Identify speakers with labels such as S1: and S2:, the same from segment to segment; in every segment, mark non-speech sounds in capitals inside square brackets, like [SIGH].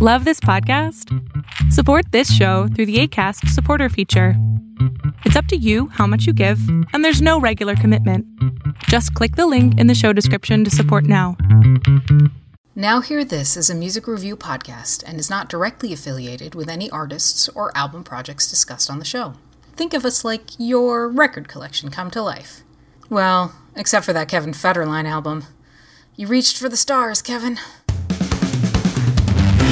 S1: Love this podcast? Support this show through the ACAST supporter feature. It's up to you how much you give, and there's no regular commitment. Just click the link in the show description to support now.
S2: Now Hear This is a music review podcast and is not directly affiliated with any artists or album projects discussed on the show. Think of us like your record collection come to life. Well, except for that Kevin Federline album. You reached for the stars, Kevin.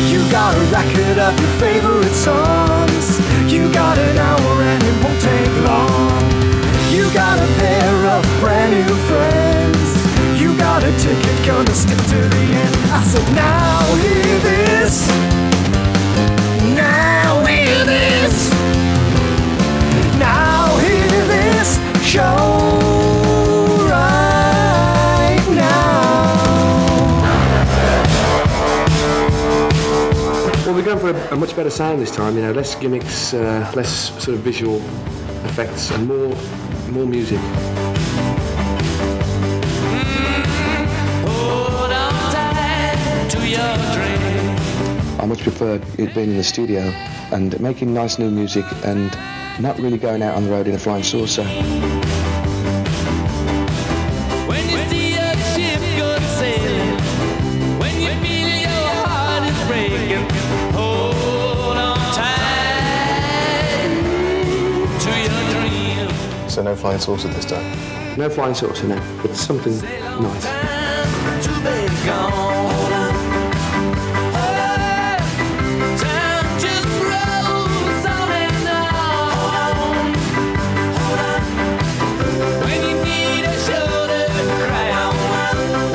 S3: You got a record of your favorite songs. You got an hour and it won't take long. You got a pair of brand new friends. You got a ticket, gonna stick to the end. I said, now hear this. Now hear this. Now hear this show. right now.
S4: Well, we're going for a, a much better sound this time. You know, less gimmicks, uh, less sort of visual effects, and more, more music.
S5: I much preferred it being in the studio and making nice new music and not really going out on the road in a flying saucer.
S6: When you see a ship go sailing, when you feel your heart is breaking, hold on tight to your dream.
S7: So no flying saucer this time.
S4: No flying saucer now, but something nice.
S6: Time to be gone. Time just rolls on and on. When you need a shoulder to cry on,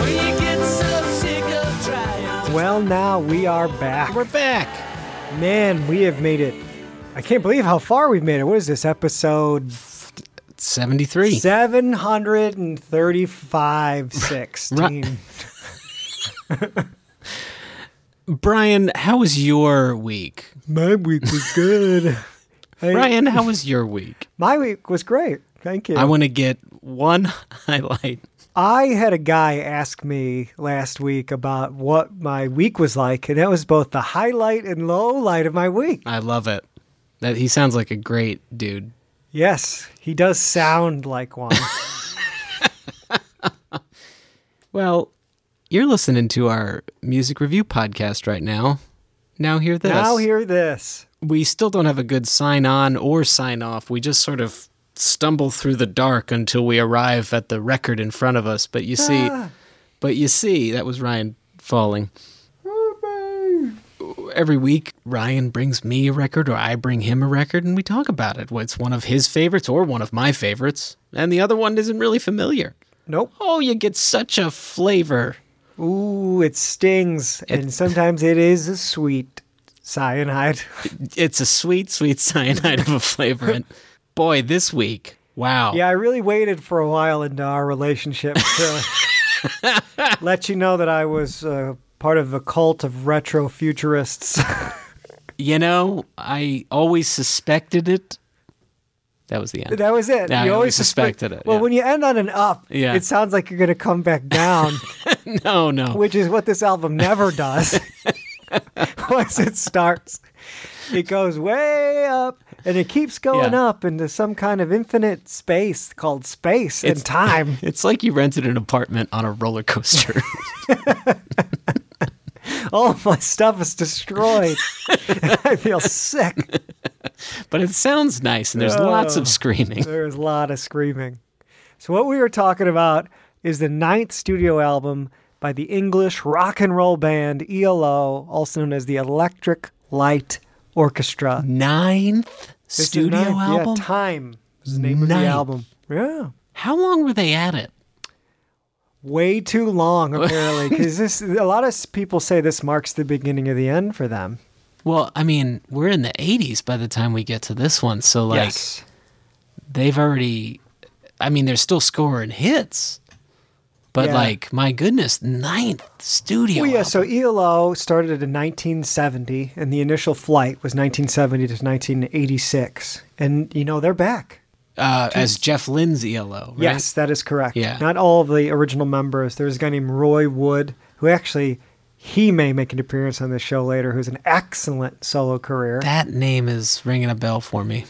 S6: when you get so sick of trying.
S8: Well, now we are back.
S9: We're back.
S8: Man, we have made it. I can't believe how far we've made it. What is this episode
S9: 73.
S8: seven hundred and thirty-five sixteen?
S9: Brian, how was your week?
S8: My week was good. Hey,
S9: Brian, how was your [LAUGHS] week?
S8: my week was great. Thank you.
S9: I want to get one [LAUGHS] highlight.
S8: I had a guy ask me last week about what my week was like, and that was both the highlight and low light of my week.
S9: I love it. That he sounds like a great dude.
S8: Yes, he does sound like one.
S9: Well, you're listening to our music review podcast right now. Now hear this.
S8: now hear this.
S9: we still don't have a good sign on or sign off. We just sort of stumble through the dark until we arrive at the record in front of us. But you see, but you see, that was Ryan falling. Every week, Ryan brings me a record or I bring him a record and we talk about it. It's one of his favorites or one of my favorites, and the other one isn't really familiar.
S8: Nope.
S9: Oh, you get such a flavor.
S8: Ooh, it stings, and sometimes it is a sweet cyanide. [LAUGHS]
S9: It's a sweet, sweet [LAUGHS] cyanide of a flavor. And boy, this week, wow.
S8: Yeah, I really waited for a while into our relationship
S9: [LAUGHS]
S8: to let you know that I was uh, part of a cult of retro futurists.
S9: You know, I always suspected it. That was the
S8: [LAUGHS]
S9: end.
S8: that was it.
S9: Yeah, I
S8: you
S9: always
S8: always suspect-
S9: suspected it,
S8: Well,
S9: yeah.
S8: when you end on an up,
S9: Yeah.
S8: it sounds like you're going to come back
S9: [LAUGHS]
S8: down,
S9: [LAUGHS] no,
S8: [LAUGHS]
S9: no.
S8: which is what this album never does. [LAUGHS] Once it starts, it goes way up and it keeps going
S9: Yeah.
S8: up into some kind of infinite space called space
S9: It's-
S8: and
S9: [LAUGHS]
S8: time.
S9: it's like you rented an apartment on a roller coaster. [LAUGHS]
S8: All of my stuff is
S9: [LAUGHS]
S8: destroyed. I feel sick.
S9: but it sounds nice and there's lots
S8: Oh.
S9: of screaming.
S8: There's a lot of screaming. So what we were talking about is the ninth studio album by the English rock and roll band ELO, also known as the Electric Light Orchestra.
S9: Ninth
S8: This is
S9: studio
S8: ninth-
S9: album?
S8: Yeah, Time is the name of
S9: Ninth.
S8: the album. Yeah.
S9: How long were they at it?
S8: Way too
S9: [LAUGHS]
S8: long, apparently, because this a lot of s- people say this marks the beginning of the end for them.
S9: Well, I mean, we're in the 80s by the time we get to this one. So, like,
S8: yes,
S9: they've already, I mean, they're still scoring hits. But,
S8: Yeah.
S9: like, my goodness, ninth studio.
S8: Well, yeah,
S9: album.
S8: uh, so ELO started in 1970, and the initial flight was 1970 to 1986. And, you know, they're back.
S9: uh, as Jeff Lynne's ELO, right?
S8: Yes, that is correct.
S9: Yeah.
S8: Not all of the original members. There was a guy named Roy Wood, who actually, He may make an appearance on this show later, who's an excellent solo career.
S9: That name is ringing a bell for me.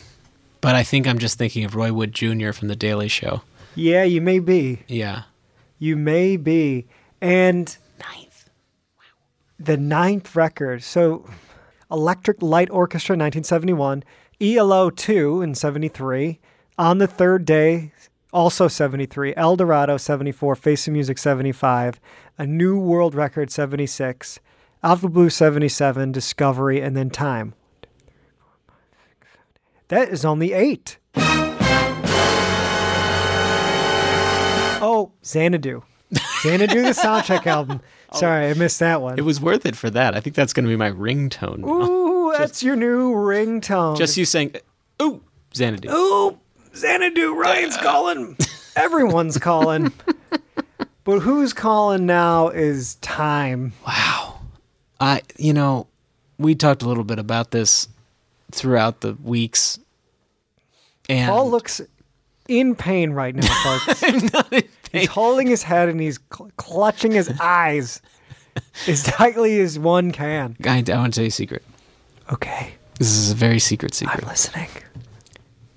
S9: But I think I'm just thinking of Roy Wood Jr. from The Daily Show.
S8: Yeah, you may be.
S9: Yeah.
S8: You may be. And
S9: Ninth.
S8: the ninth record. So Electric Light Orchestra E 1971, ELO 2 in 73, On the Third Day also 73, El Dorado 74, Face of Music 75, A New World Record 76, Alpha Blue 77, Discovery, and then Time. That is only eight. Oh, Xanadu. Xanadu, the soundcheck album. Sorry, I missed that one.
S9: It was worth it for that. I think that's going to be my ringtone. now. [LAUGHS]
S8: Ooh, that's your new ringtone.
S9: Just you saying, ooh, Xanadu.
S8: Ooh, Xanadu, Ryan's
S9: Uh, [LAUGHS]
S8: calling. Everyone's calling. but who's calling now is time.
S9: I, you know, we talked a little bit about this throughout the weeks. And
S8: Paul looks in pain right now,
S9: [LAUGHS]
S8: folks. He's holding his head and he's cl- clutching his eyes as tightly as one can.
S9: I, I want to tell you a secret.
S8: Okay,
S9: This is a very secret
S8: I'm
S9: secret.
S8: listening.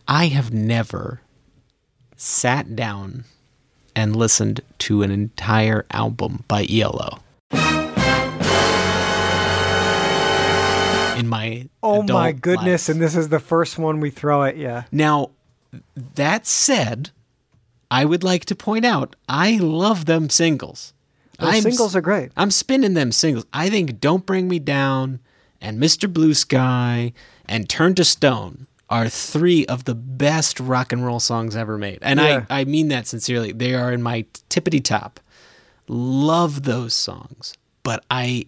S9: I have never sat down and listened to an entire album by E ELO. In my
S8: Oh
S9: adult
S8: my goodness,
S9: life.
S8: and this is the first one we throw at you.
S9: Now, that said, I would like to point out I love them singles.
S8: Those
S9: I'm
S8: singles are great.
S9: I'm spinning them singles. I think Don't Bring Me Down and Mr. Blue Sky and Turn to Stone are three of the best rock and roll songs ever made. And
S8: Yeah.
S9: I, I mean that sincerely. They are in my tippity top. Love those songs. But I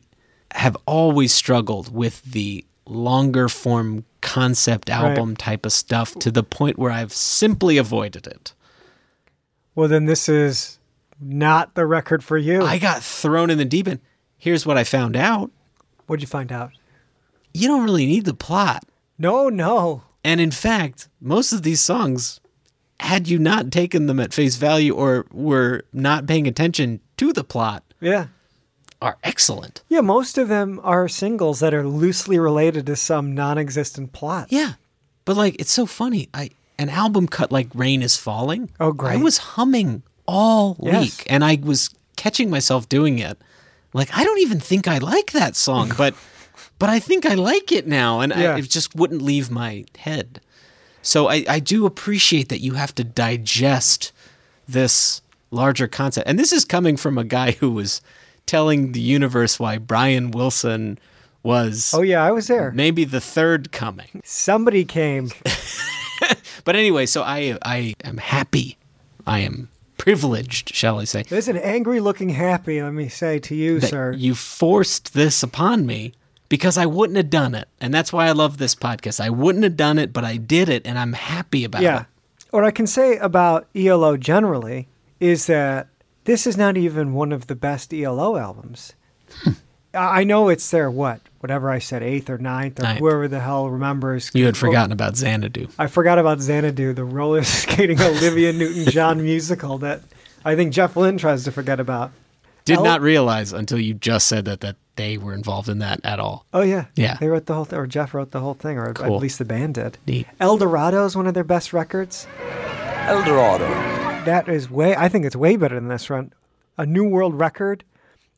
S9: have always struggled with the longer form concept album type of stuff to the point where I've simply avoided it.
S8: Well, then this is not the record for you.
S9: I got thrown in the deep end. Here's what I found out.
S8: What'd you find out?
S9: You don't really need the plot.
S8: No, no.
S9: And in fact, most of these songs, had you not taken them at face value or were not paying attention to the plot,
S8: Yeah.
S9: are excellent.
S8: Yeah, most of them are singles that are loosely related to some non existent plot.
S9: Yeah. But like it's so funny. I an album cut like Rain is Falling.
S8: Oh, great.
S9: I was humming all
S8: Yes.
S9: week and I was catching myself doing it. Like I don't even think I like that song, but
S8: [LAUGHS]
S9: but I think I like it now and
S8: Yeah.
S9: I, it just wouldn't leave my head. So I, I do appreciate that you have to digest this larger concept. And this is coming from a guy who was telling the universe why Brian Wilson was
S8: Oh, yeah, I was there.
S9: maybe the third coming.
S8: Somebody came.
S9: But anyway, so I I am happy. I am privileged, shall I say,
S8: There's an angry looking happy, let me say to you,
S9: that
S8: sir.
S9: you forced this upon me because I wouldn't have done it. And that's why I love this podcast. I wouldn't have done it, but I did it and I'm happy about
S8: yeah.
S9: it.
S8: What I can say about ELO generally is that this is not even one of the best ELO albums.
S9: Hmm.
S8: I I know it's their what? Whatever I said, eighth or ninth, or
S9: Ninth.
S8: whoever the hell remembers.
S9: You had forgotten about Xanadu.
S8: I forgot about Xanadu, the roller skating Olivia Newton John musical that I think Jeff Lynne tries to forget about.
S9: Did
S8: Al-
S9: not realize until you just said that that they were involved in that at all.
S8: Oh yeah,
S9: Yeah.
S8: They wrote the whole, thing, or Jeff wrote the whole thing, or
S9: Cool.
S8: at least the band did.
S9: Neat.
S8: El Dorado is one of their best records. El Dorado. That is way. I think it's way better than this one. A New World Record,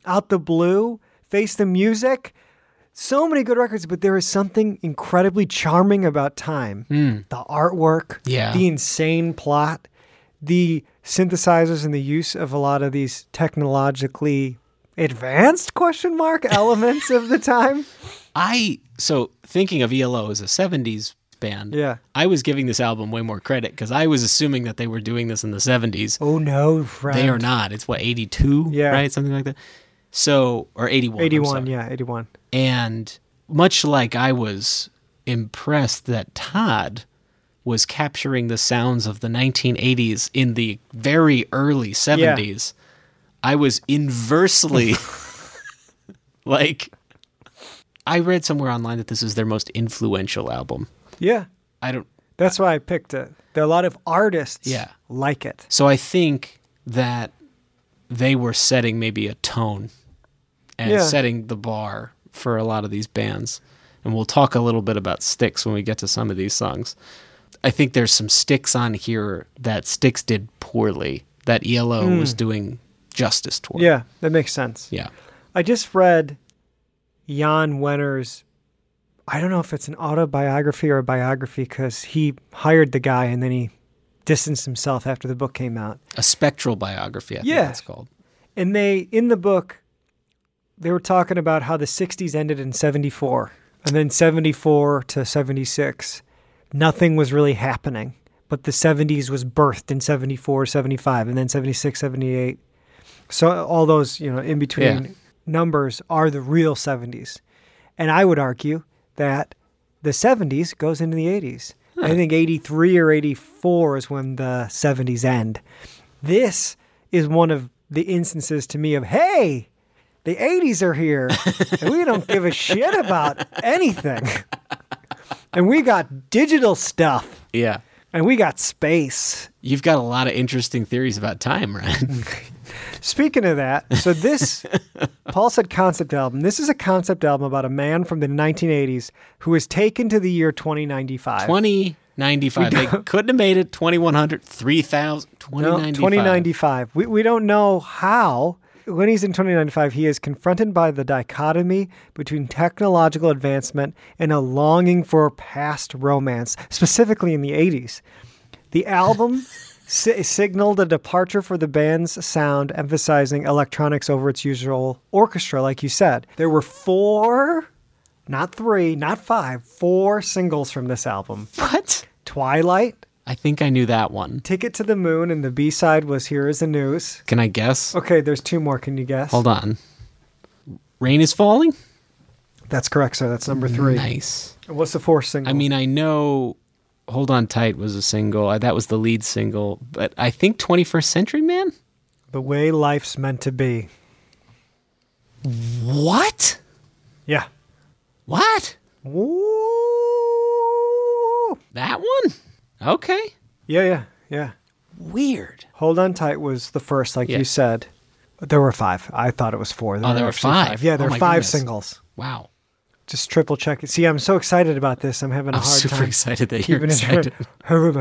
S8: Out the Blue, Face the Music. So many good records, but there is something incredibly charming about Time. The artwork,
S9: Hmm. Yeah.
S8: the insane plot, the synthesizers and the use of a lot of these technologically advanced question mark elements of
S9: [LAUGHS]
S8: the time.
S9: I so thinking of ELO as a 70s band.
S8: Yeah.
S9: I was giving this album way more credit cuz I was assuming that they were doing this in the 70s.
S8: Oh no, friend.
S9: They are not. It's what eighty two,
S8: Yeah.
S9: right, something like that. So or eighty one.
S8: 81, yeah, 81.
S9: And much like I was impressed that Todd was capturing the sounds of the nineteen eighties in the very early seventies, I was
S8: [LAUGHS]
S9: inversely like. I read somewhere online that this is their most influential album.
S8: Yeah.
S9: I don't
S8: That's why I picked it. There are a lot of artists
S9: Yeah.
S8: like it.
S9: So I think that they were setting maybe a tone and
S8: Yeah.
S9: setting the bar for a lot of these bands. And we'll talk a little bit about Sticks when we get to some of these songs. I think there's some Sticks on here that Sticks did poorly that ELO was doing justice toward.
S8: Hmm. Yeah, that makes sense.
S9: Yeah.
S8: I just read Jan Wenner's. I don't know if it's an autobiography or a biography because he hired the guy and then he distanced himself after the book came out.
S9: A spectral biography, I think
S8: Yeah.
S9: that's called.
S8: And they, in the book, they were talking about how the 60s ended in 74 and then 74 to 76. Nothing was really happening, but the 70s was birthed in 74, 75, and then 76, 78. So all those, you know, in between
S9: Yeah.
S8: numbers are the real 70s. And I would argue that the 70s goes into the 80s. I think 83 or 84 is when the 70s end. This is one of the instances to me of, hey, the 80s are here and we don't give a shit about anything. and we got digital stuff
S9: Yeah.
S8: and we got space.
S9: You've got a lot of interesting theories about time,
S8: [LAUGHS]
S9: Ryan.
S8: Speaking of that, so this, Paul said concept album. This is a concept album about a man from the 1980s who is taken to the year 2095.
S9: 2095. They couldn't have made it 2100, 3000,
S8: No,
S9: 2095.
S8: 2095. We, we don't know how. When he's in 2095, he is confronted by the dichotomy between technological advancement and a longing for past romance, specifically in the 80s. The album [LAUGHS] si- signaled a departure for the band's sound, emphasizing electronics over its usual orchestra, like you said. There were four, not three, not five, four singles from this album
S9: What?
S8: Twilight,
S9: I think I knew that one.
S8: Ticket to the Moon, and the B side was Here Is the News.
S9: Can I guess?
S8: Okay, there's two more. Can you guess?
S9: Hold on. Rain is falling?
S8: That's correct, sir. That's number three.
S9: Nice.
S8: And What's the fourth single?
S9: I mean, I know Hold On Tight was a single. I- That was the lead single, but I think 21st Century Man?
S8: The Way Life's Meant to Be.
S9: What?
S8: Yeah.
S9: What?
S8: Woo!
S9: That one? Okay.
S8: Yeah, yeah, yeah.
S9: Weird.
S8: Hold on tight was the first, like
S9: Yeah.
S8: you said. There were five. I thought it was four.
S9: Oh, there were
S8: actually
S9: five.
S8: Yeah, there
S9: Oh
S8: were
S9: my
S8: five
S9: goodness.
S8: singles.
S9: Wow.
S8: Just triple check it. See, I'm so excited about this. I'm having a
S9: I'm
S8: hard
S9: super [LAUGHS]
S8: time.
S9: excited that you're
S8: keeping it
S9: excited.
S8: straight.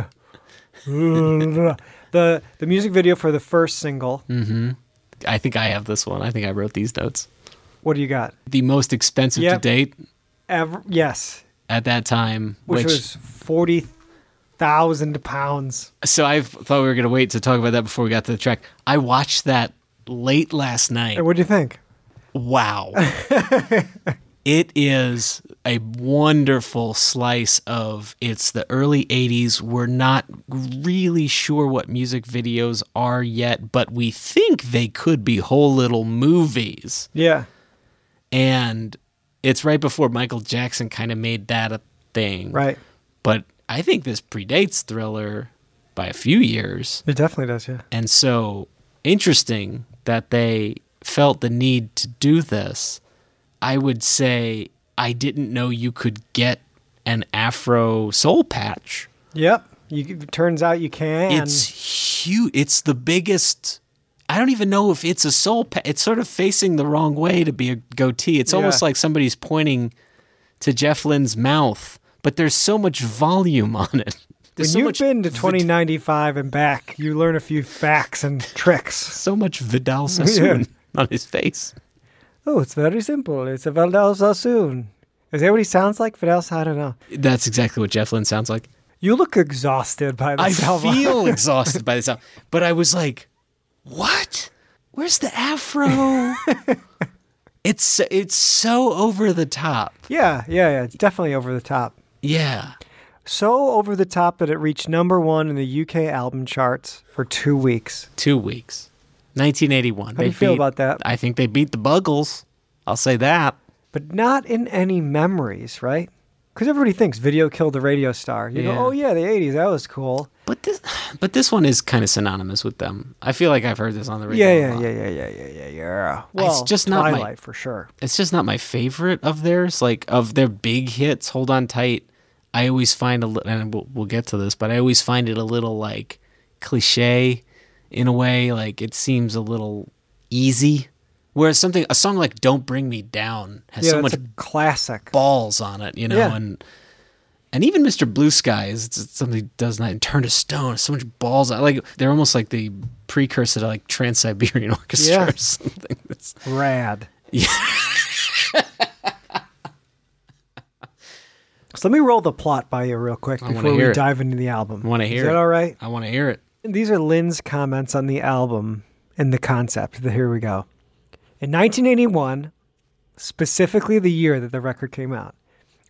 S8: [LAUGHS] the the music video for the first single.
S9: Mm. I think I have this one. I think I wrote these notes.
S8: What do you got?
S9: The most expensive to
S8: Yep.
S9: date
S8: Ever, yes,
S9: at that time,
S8: which, was forty thousand pounds.
S9: So I thought we were going to wait to talk about that before we got to the track. I watched that late last night.
S8: And what do you think? [LAUGHS]
S9: Wow. it is a wonderful slice of it's the early 80s. We're not really sure what music videos are yet, but we think they could be whole little movies.
S8: Yeah,
S9: And it's right before Michael Jackson kind of made that a thing.
S8: right.
S9: But I think this predates Thriller by a few years.
S8: It definitely does. Yeah,
S9: And so interesting that they felt the need to do this. I would say I didn't know you could get an afro soul patch.
S8: yep. You, it turns out you can.
S9: It's huge. It's the biggest. I don't even know if it's a soul patch. It's sort of facing the wrong way to be a goatee. It's almost
S8: Yeah.
S9: like somebody's pointing to Jeff Lynne's mouth, but there's so much volume on it.
S8: when
S9: There's so
S8: you've
S9: much
S8: been to
S9: vid-
S8: 2095 and back, you learn a few facts and tricks.
S9: so much Vidal Sassoon [LAUGHS] on his face.
S8: Oh, it's very simple. It's a Vidal Sassoon. Is that what he sounds like? Vidal? I don't know.
S9: That's exactly what Jeff Lynne sounds like.
S8: You look exhausted by
S9: I
S8: this album.
S9: feel exhausted by this album, but I was like, "What? Where's
S8: [LAUGHS]
S9: the afro?" it's it's so over the top.
S8: [LAUGHS] yeah, yeah, yeah. It's definitely over the top.
S9: Yeah,
S8: So over the top that it reached number one in the UK album charts for two weeks.
S9: two weeks, 1981.
S8: How do you feel about that?
S9: I think they beat the Buggles. I'll say that.
S8: but not in any memories, right? Because everybody thinks video killed the radio star. You
S9: Yeah.
S8: go, oh yeah, the '80s, that was cool.
S9: But this, but this one is kind of synonymous with them. I feel like I've heard this on the radio.
S8: Yeah,
S9: a
S8: yeah,
S9: lot.
S8: yeah, yeah, yeah, yeah, yeah, yeah. Well,
S9: just not my-
S8: Twilight for sure.
S9: it's just not my favorite of theirs. Like of their big hits, "Hold On Tight," I always find a little, and we'll, we'll get to this, but I always find it a little like cliche in a way. Like it seems a little easy, Whereas something, a song like "Don't Bring Me Down" has
S8: yeah,
S9: so much
S8: it's a classic.
S9: balls on it, you know,
S8: Yeah.
S9: and and even Mr. Blue Sky is it's something he does not and turn to stone. So much balls, on, like they're almost like the precursor to like Trans Siberian [LAUGHS] Orchestra
S8: Yeah.
S9: or something. [LAUGHS] That's, [LAUGHS]
S8: Rad. so let me roll the plot by you real quick
S9: wanna
S8: before we
S9: hear it.
S8: dive into the album.
S9: I want to
S8: Is
S9: hear.
S8: that
S9: it.
S8: all right?
S9: I want to hear it.
S8: These are Lynn's comments on the album and the concept. Here we go. In 1981, specifically the year that the record came out,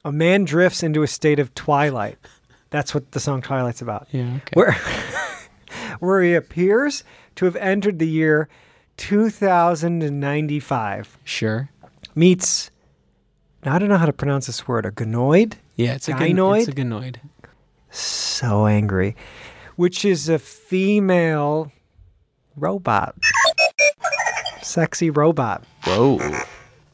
S8: a man drifts into a state of twilight. That's what the song Twilight's about.
S9: Yeah. Okay.
S8: Where, [LAUGHS] where he appears to have entered the year 2095.
S9: Sure.
S8: Meets, now I don't know how to pronounce this word, a gnoid?
S9: Yeah, it's a
S8: Gynoid?
S9: gynoid. It's a gynoid.
S8: so angry, which is a female robot. Sexy robot.
S9: Whoa.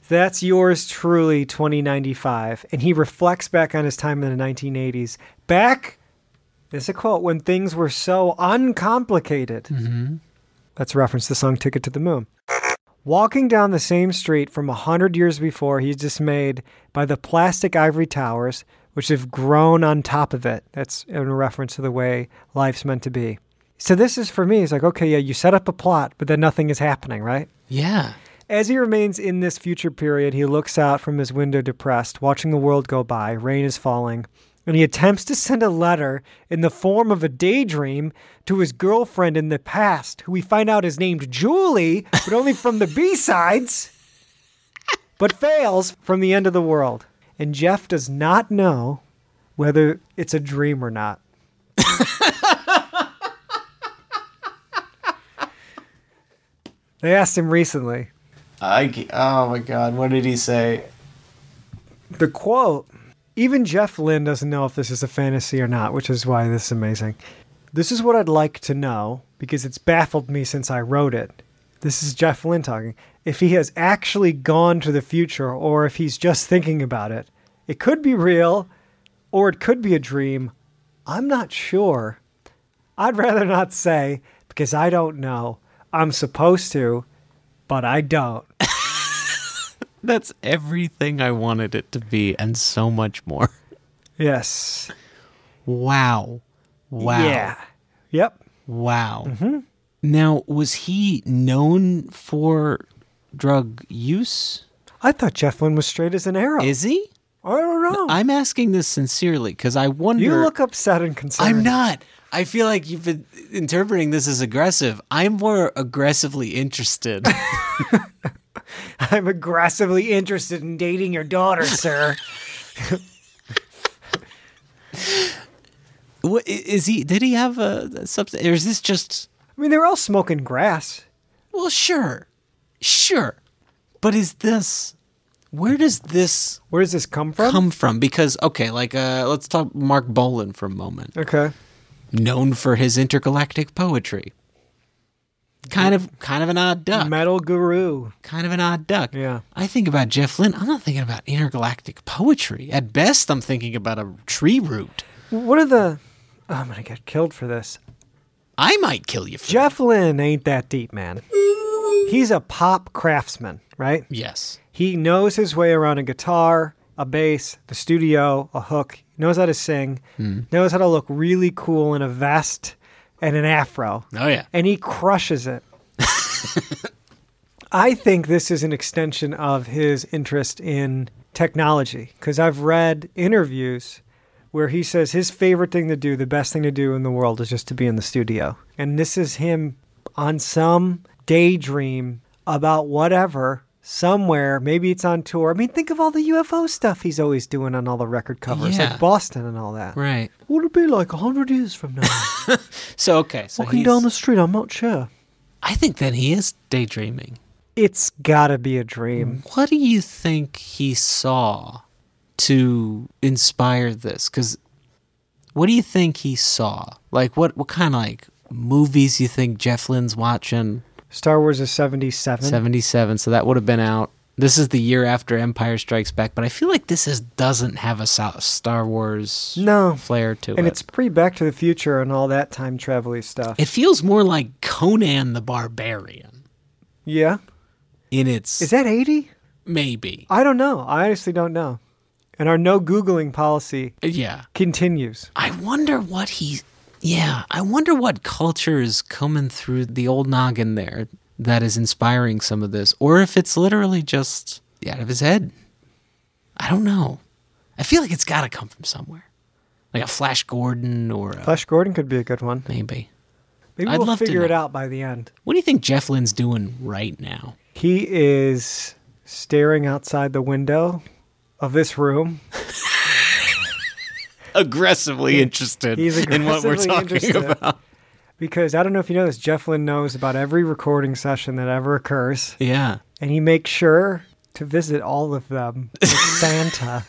S8: That's yours truly, 2095. And he reflects back on his time in the 1980s. Back, this is a quote, when things were so uncomplicated. Mm-hmm. Let's reference the song Ticket to the Moon. Walking down the same street from a hundred years before, he's dismayed by the plastic ivory towers which have grown on top of it. That's in reference to the way life's meant to be. So this is for me. It's like, okay, yeah, you set up a plot, but then nothing is happening, right?
S9: Yeah.
S8: As he remains in this future period, he looks out from his window depressed, watching the world go by. Rain is falling, and he attempts to send a letter in the form of a daydream to his girlfriend in the past, who we find out is named Julie, but only from the B sides, but fails from the end of the world. And Jeff does not know whether it's a dream or not. [LAUGHS] They asked him recently.
S10: I, ca- oh my god, what did he say?
S8: The quote Even Jeff Lynne doesn't know if this is a fantasy or not, which is why this is amazing. This is what I'd like to know because it's baffled me since I wrote it. This is Jeff Lynne talking. If he has actually gone to the future or if he's just thinking about it, it could be real or it could be a dream. I'm not sure. I'd rather not say because I don't know. I'm supposed to, but I don't.
S9: That's everything I wanted it to be and so much more. [LAUGHS]
S8: Yes.
S9: Wow. Wow.
S8: Yeah. Mm-hmm. Yep.
S9: Wow. Now, was he known for drug use?
S8: I thought Jeff Lynne was straight as an arrow.
S9: Is he?
S8: I don't know.
S9: I'm asking this sincerely because I wonder.
S8: you look upset and concerned.
S9: I'm not. I feel like you've been interpreting this as aggressive. I'm more aggressively
S8: [LAUGHS]
S9: interested.
S8: I'm aggressively interested in dating your
S9: [LAUGHS]
S8: daughter, sir.
S9: what i- is he? Did he have a substance, or is this just?
S8: I mean, they're all smoking grass.
S9: Well, sure, sure, but is this? Where does this
S8: Where does this come from?
S9: come from? Because okay, like uh, let's talk Mark Bolan for a moment.
S8: okay.
S9: known for his intergalactic poetry. Kind of, kind of an odd duck.
S8: Metal guru.
S9: Kind of an odd duck.
S8: Yeah.
S9: I think about Jeff Lynne. I'm not thinking about intergalactic poetry. At best, I'm thinking about a tree root.
S8: What are the? Oh, I'm gonna get killed for this.
S9: I might kill you. For
S8: Jeff Lynne ain't that deep, man. He's a pop craftsman, right?
S9: Yes.
S8: He knows his way around a guitar, a bass, the studio, a hook. Knows how to sing.
S9: Hmm.
S8: Knows how to look really cool in a vest and an afro.
S9: Oh yeah.
S8: and he crushes [LAUGHS] it. I think this is an extension of his interest in technology because I've read interviews where he says his favorite thing to do, the best thing to do in the world, is just to be in the studio. And this is him on some daydream about whatever. Somewhere, maybe it's on tour. I mean, think of all the UFO stuff he's always doing on all the record covers,
S9: Yeah.
S8: like Boston and all that.
S9: Right.
S8: What'd it be like a hundred years from now? [LAUGHS]
S9: So okay. So
S8: Walking
S9: he's-
S8: down the street, I'm not sure.
S9: I think that he is daydreaming.
S8: It's gotta be a dream.
S9: What do you think he saw to inspire this? Because what do you think he saw? Like what? What kind of like movies you think Jeff Lynne's watching?
S8: Star Wars is 77.
S9: Seventy seven. So that would have been out. This is the year after Empire Strikes Back, but I feel like this is doesn't have a Sa- Star Wars
S8: No.
S9: flair to
S8: And
S9: it.
S8: it's pre Back to the Future and all that time travel stuff.
S9: it feels more like Conan the Barbarian.
S8: yeah.
S9: in its
S8: Is that 80?
S9: maybe.
S8: I don't know. I honestly don't know. And our no Googling policy
S9: Yeah.
S8: continues.
S9: I wonder what he. Yeah, I wonder what culture is coming through the old noggin there that is inspiring some of this, or if it's literally just out of his head. I don't know. I feel like it's got to come from somewhere, like a Flash Gordon or a,
S8: Flash Gordon could be a good one.
S9: maybe.
S8: Maybe
S9: I'd
S8: we'll
S9: love to
S8: figure it
S9: know.
S8: out by the end.
S9: What do you think Jeff Lynne's doing right now?
S8: He is staring outside the window of this room.
S9: Aggressively interested
S8: He's
S9: in what we're
S8: aggressively
S9: talking
S8: interested.
S9: about.
S8: Because I don't know if you know this, Jeff Lynne knows about every recording session that ever occurs,
S9: Yeah. [LAUGHS]
S8: and he makes sure to visit all of them with Santa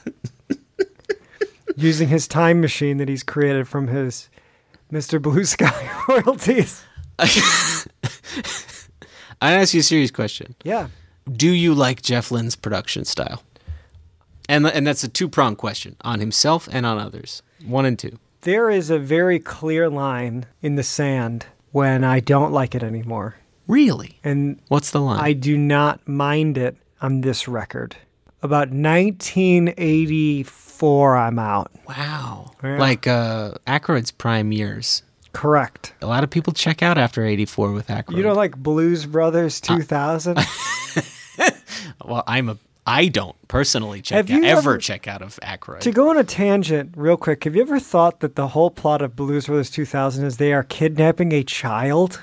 S8: using his time machine that he's created from his Mr. Blue Sky [LAUGHS] royalties.
S9: I ask you a serious question.
S8: Yeah.
S9: do you like Jeff Lynne's production style? And and that's a two prong question on himself and on others. One and two.
S8: There is a very clear line in the sand when I don't like it anymore.
S9: Really?
S8: And
S9: What's the line?
S8: I do not mind it on this record. About 1984, I'm out.
S9: wow.
S8: Yeah.
S9: Like uh, Aykroyd's prime years.
S8: Correct.
S9: A lot of people check out after '84 with Aykroyd.
S8: You don't like Blues Brothers 2000?
S9: well, I'm a I don't personally check
S8: Have
S9: out,
S8: you
S9: ever
S8: ever-
S9: check out of Aykroyd.
S8: to go on a tangent real quick, have you ever thought that the whole plot of Blues Brothers 2000 is they are kidnapping a child?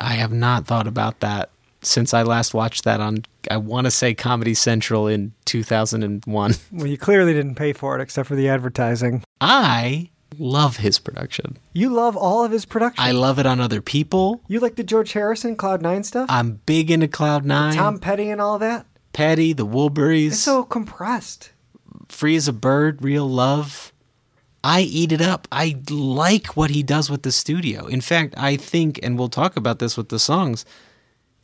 S9: I have not thought about that since I last watched that on I want to say Comedy Central in 2001.
S8: Well, you clearly didn't pay for it except for the advertising.
S9: [LAUGHS] I love his production.
S8: You love all of his production.
S9: I love it on other people.
S8: you like the George Harrison Cloud 9 stuff?
S9: I'm big into Cloud Nine,
S8: Tom Petty and all that?
S9: Petty, the Woolburys,
S8: It's so compressed.
S9: Free as a Bird, Real Love. I eat it up. I like what he does with the studio. In fact, I think, and we'll talk about this with the songs,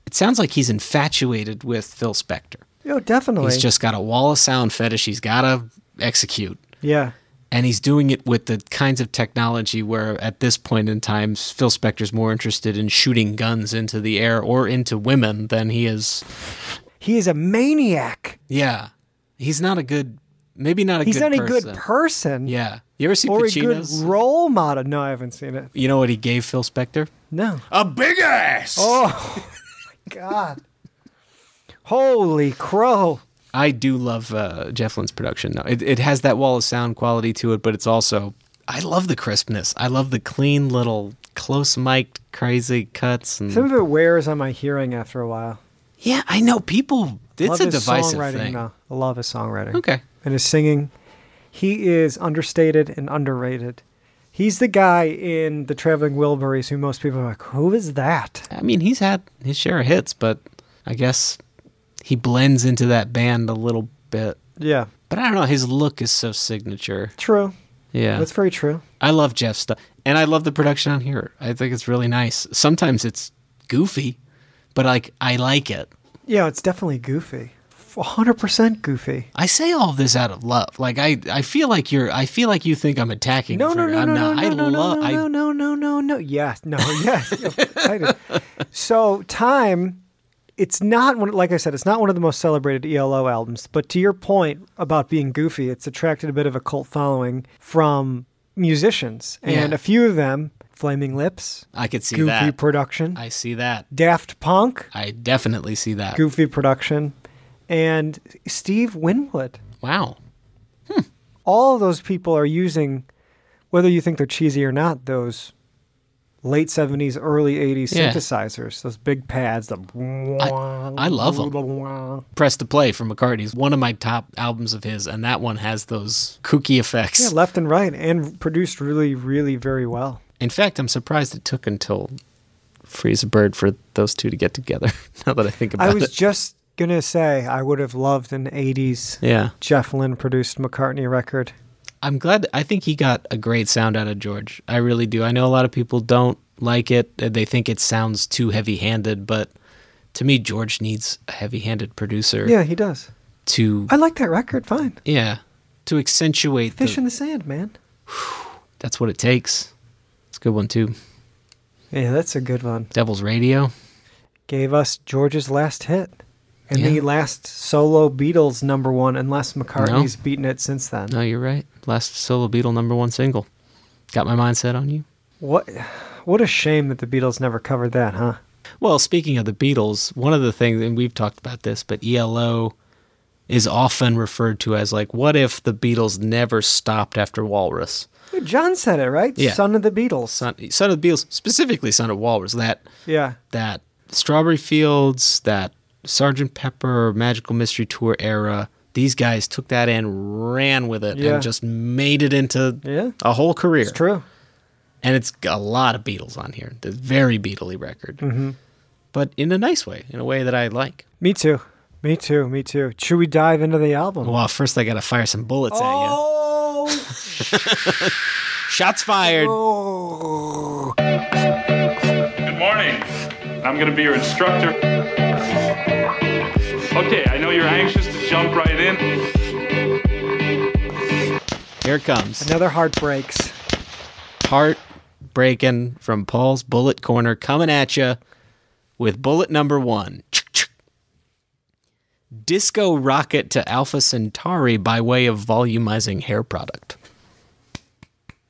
S9: it sounds like he's infatuated with Phil Spector.
S8: Oh, definitely.
S9: He's just got a wall of sound fetish he's got to execute.
S8: yeah.
S9: And he's doing it with the kinds of technology where, at this point in time, Phil Spector's more interested in shooting guns into the air or into women than he is
S8: He is a maniac.
S9: Yeah, he's not a good. Maybe not a.
S8: He's
S9: good
S8: not a
S9: person.
S8: good person.
S9: Yeah. You ever see
S8: Or a good
S9: Pacino's?
S8: role model. No, I haven't seen it.
S9: you know what he gave Phil Spector?
S8: No.
S9: A big ass.
S8: Oh, [LAUGHS] my God. Holy crow.
S9: I do love uh, Jeff Lynne's production. Though it, it has that wall of sound quality to it, but it's also I love the crispness. I love the clean little close mic'd crazy cuts and
S8: Some of it wears on my hearing after a while.
S9: yeah. I know people. It's
S8: Love
S9: a
S8: his
S9: divisive
S8: songwriting,
S9: thing.
S8: though. I love his songwriting.
S9: Okay.
S8: And his singing. He is understated and underrated. He's the guy in The Traveling Wilburys who most people are like, who is that?
S9: I mean, he's had his share of hits, but I guess he blends into that band a little bit.
S8: Yeah.
S9: But I don't know. His look is so signature.
S8: True.
S9: Yeah,
S8: That's very true.
S9: I love Jeff's stuff, and I love the production on here. I think it's really nice. Sometimes it's goofy, but like I like it.
S8: Yeah, it's definitely goofy. 100% goofy.
S9: I say all this out of love. Like I, I feel like you're. I feel like you think I'm attacking.
S8: No,
S9: you
S8: no,
S9: for-
S8: no,
S9: I'm
S8: no, no,
S9: not. I
S8: no, no,
S9: love.
S8: no,
S9: I,
S8: no, no, no, no, no. Yes, no, [LAUGHS] yes. I do. so time, it's not one. Like I said, it's not one of the most celebrated ELO albums. But to your point about being goofy, it's attracted a bit of a cult following from musicians, and
S9: Yeah.
S8: a few of them, Flaming Lips,
S9: I could see
S8: goofy
S9: that.
S8: production,
S9: I see that.
S8: Daft Punk,
S9: I definitely see that.
S8: goofy production, and Steve Winwood.
S9: Wow.
S8: all of those people are using, whether you think they're cheesy or not, those late 70s, early 80s
S9: Yeah.
S8: synthesizers, those big pads. The
S9: I, I love them. Press to play from McCartney is one of my top albums of his, and that one has those kooky effects.
S8: Yeah, left and right, and produced really, really very well.
S9: In fact, I'm surprised it took until Freeze a Bird for those two to get together. [LAUGHS] now that I think about
S8: I was
S9: it,
S8: just going to say I would have loved an 80s
S9: yeah,
S8: Jeff Lynne produced McCartney record.
S9: I'm glad. I think he got a great sound out of George. I really do. I know a lot of people don't like it; Uh, they think it sounds too heavy-handed. But to me, George needs a heavy-handed producer
S8: Yeah, he does.
S9: to
S8: I like that record, fine.
S9: yeah to accentuate.
S8: Fish
S9: the,
S8: in the sand, man.
S9: that's what it takes. It's a good one too.
S8: Yeah, that's a good one.
S9: Devil's Radio.
S8: Gave us George's last hit. Any last solo Beatles number one, unless McCartney's beaten it since then.
S9: No, you're right. Last solo Beatle number one single. Got my mind set on you.
S8: What? What a shame that the Beatles never covered that, huh?
S9: Well, speaking of the Beatles, one of the things, and we've talked about this, but ELO is often referred to as like, what if the Beatles never stopped after Walrus?
S8: John said it right.
S9: Yeah.
S8: Son of the Beatles.
S9: Son, son of the Beatles, specifically Son of Walrus. That
S8: Yeah.
S9: that Strawberry Fields, that Sergeant Pepper Magical Mystery Tour era. These guys took that and ran with it
S8: Yeah.
S9: and just made it into
S8: Yeah.
S9: a whole career. It's
S8: true.
S9: And it's got a lot of Beatles on here. The very Beatley record.
S8: Mhm.
S9: But in a nice way, in a way that I like.
S8: Me too. Me too. Me too. Should we dive into the album?
S9: Well, first I got to fire some bullets
S8: oh,
S9: at you. Shots fired.
S8: Oh,
S11: Good morning. I'm going to be your instructor. Okay, I know you're anxious to jump right in.
S9: Here it comes.
S8: Another heartbreaks.
S9: Heart breaking from Paul's Bullet Corner coming at you with bullet number one. Disco rocket to Alpha Centauri by way of volumizing hair product.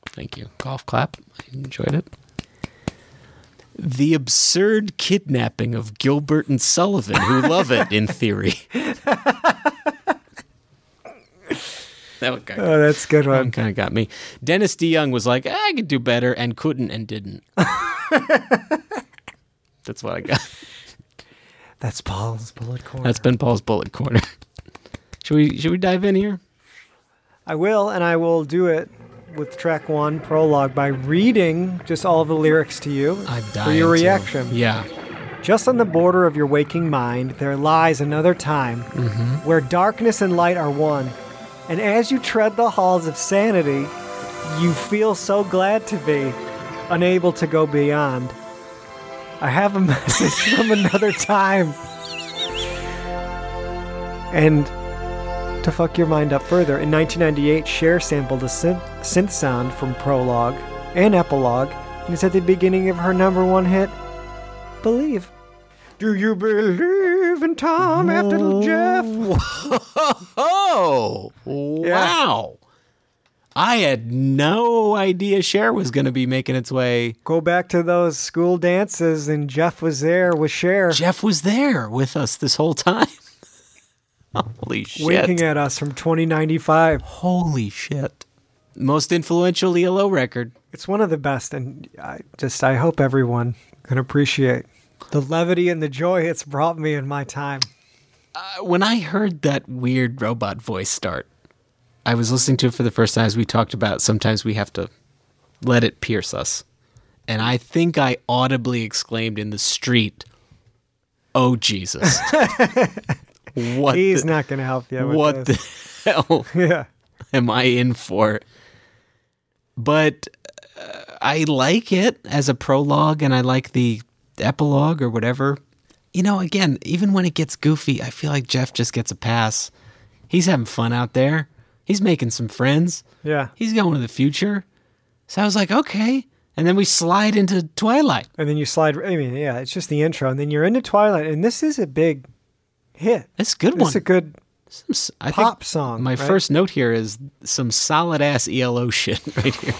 S9: Thank you. Golf clap. I enjoyed it. The absurd kidnapping of Gilbert and Sullivan, who love it in theory. that one got,
S8: Oh, that's a good one.
S9: kind of got me. Dennis DeYoung was like, I could do better, and couldn't and [LAUGHS] didn't. That's what I got.
S8: That's Paul's bullet corner.
S9: That's been Paul's bullet corner. should we should we dive in here?
S8: I will, and I will do it with track one prologue by reading just all the lyrics to you for your reaction.
S9: Yeah.
S8: Just on the border of your waking mind, there lies another time where darkness and light are one. And as you tread the halls of sanity, you feel so glad to be unable to go beyond. I have a [LAUGHS] message from another time. And to fuck your mind up further, in 1998, Cher sampled a synth, synth sound from Prologue and Epilogue, and it's at the beginning of her number one hit, Believe. Do you believe in Tom after little Jeff?
S9: Oh wow! I had no idea Cher was going to be making its way.
S8: Go back to those school dances, and Jeff was there with Cher.
S9: Jeff was there with us this whole time. [LAUGHS] Holy shit!
S8: Winking at us from 2095.
S9: Holy shit. Most influential ELO record.
S8: It's one of the best, and I just I hope everyone can appreciate the levity and the joy it's brought me in my time.
S9: Uh, when I heard that weird robot voice start, I was listening to it for the first time. As we talked about, sometimes we have to let it pierce us. And I think I audibly exclaimed in the street,
S8: [LAUGHS]
S9: Oh, Jesus. what
S8: He's
S9: the,
S8: not going to help you. With
S9: what
S8: this.
S9: the hell
S8: [LAUGHS] yeah.
S9: am I in for? But uh, I like it as a prologue and I like the epilogue or whatever. You know, again, even when it gets goofy, I feel like Jeff just gets a pass. He's having fun out there. He's making some friends.
S8: Yeah.
S9: He's going to the future. So I was like, okay. And then we slide into Twilight.
S8: And then you slide. I mean, yeah, it's just the intro, and then you're into Twilight, and this is a big hit.
S9: It's a good
S8: It's
S9: one.
S8: a good
S9: Some, I think
S8: pop song.
S9: My
S8: right?
S9: first note here is some solid ass ELO shit [LAUGHS] right here.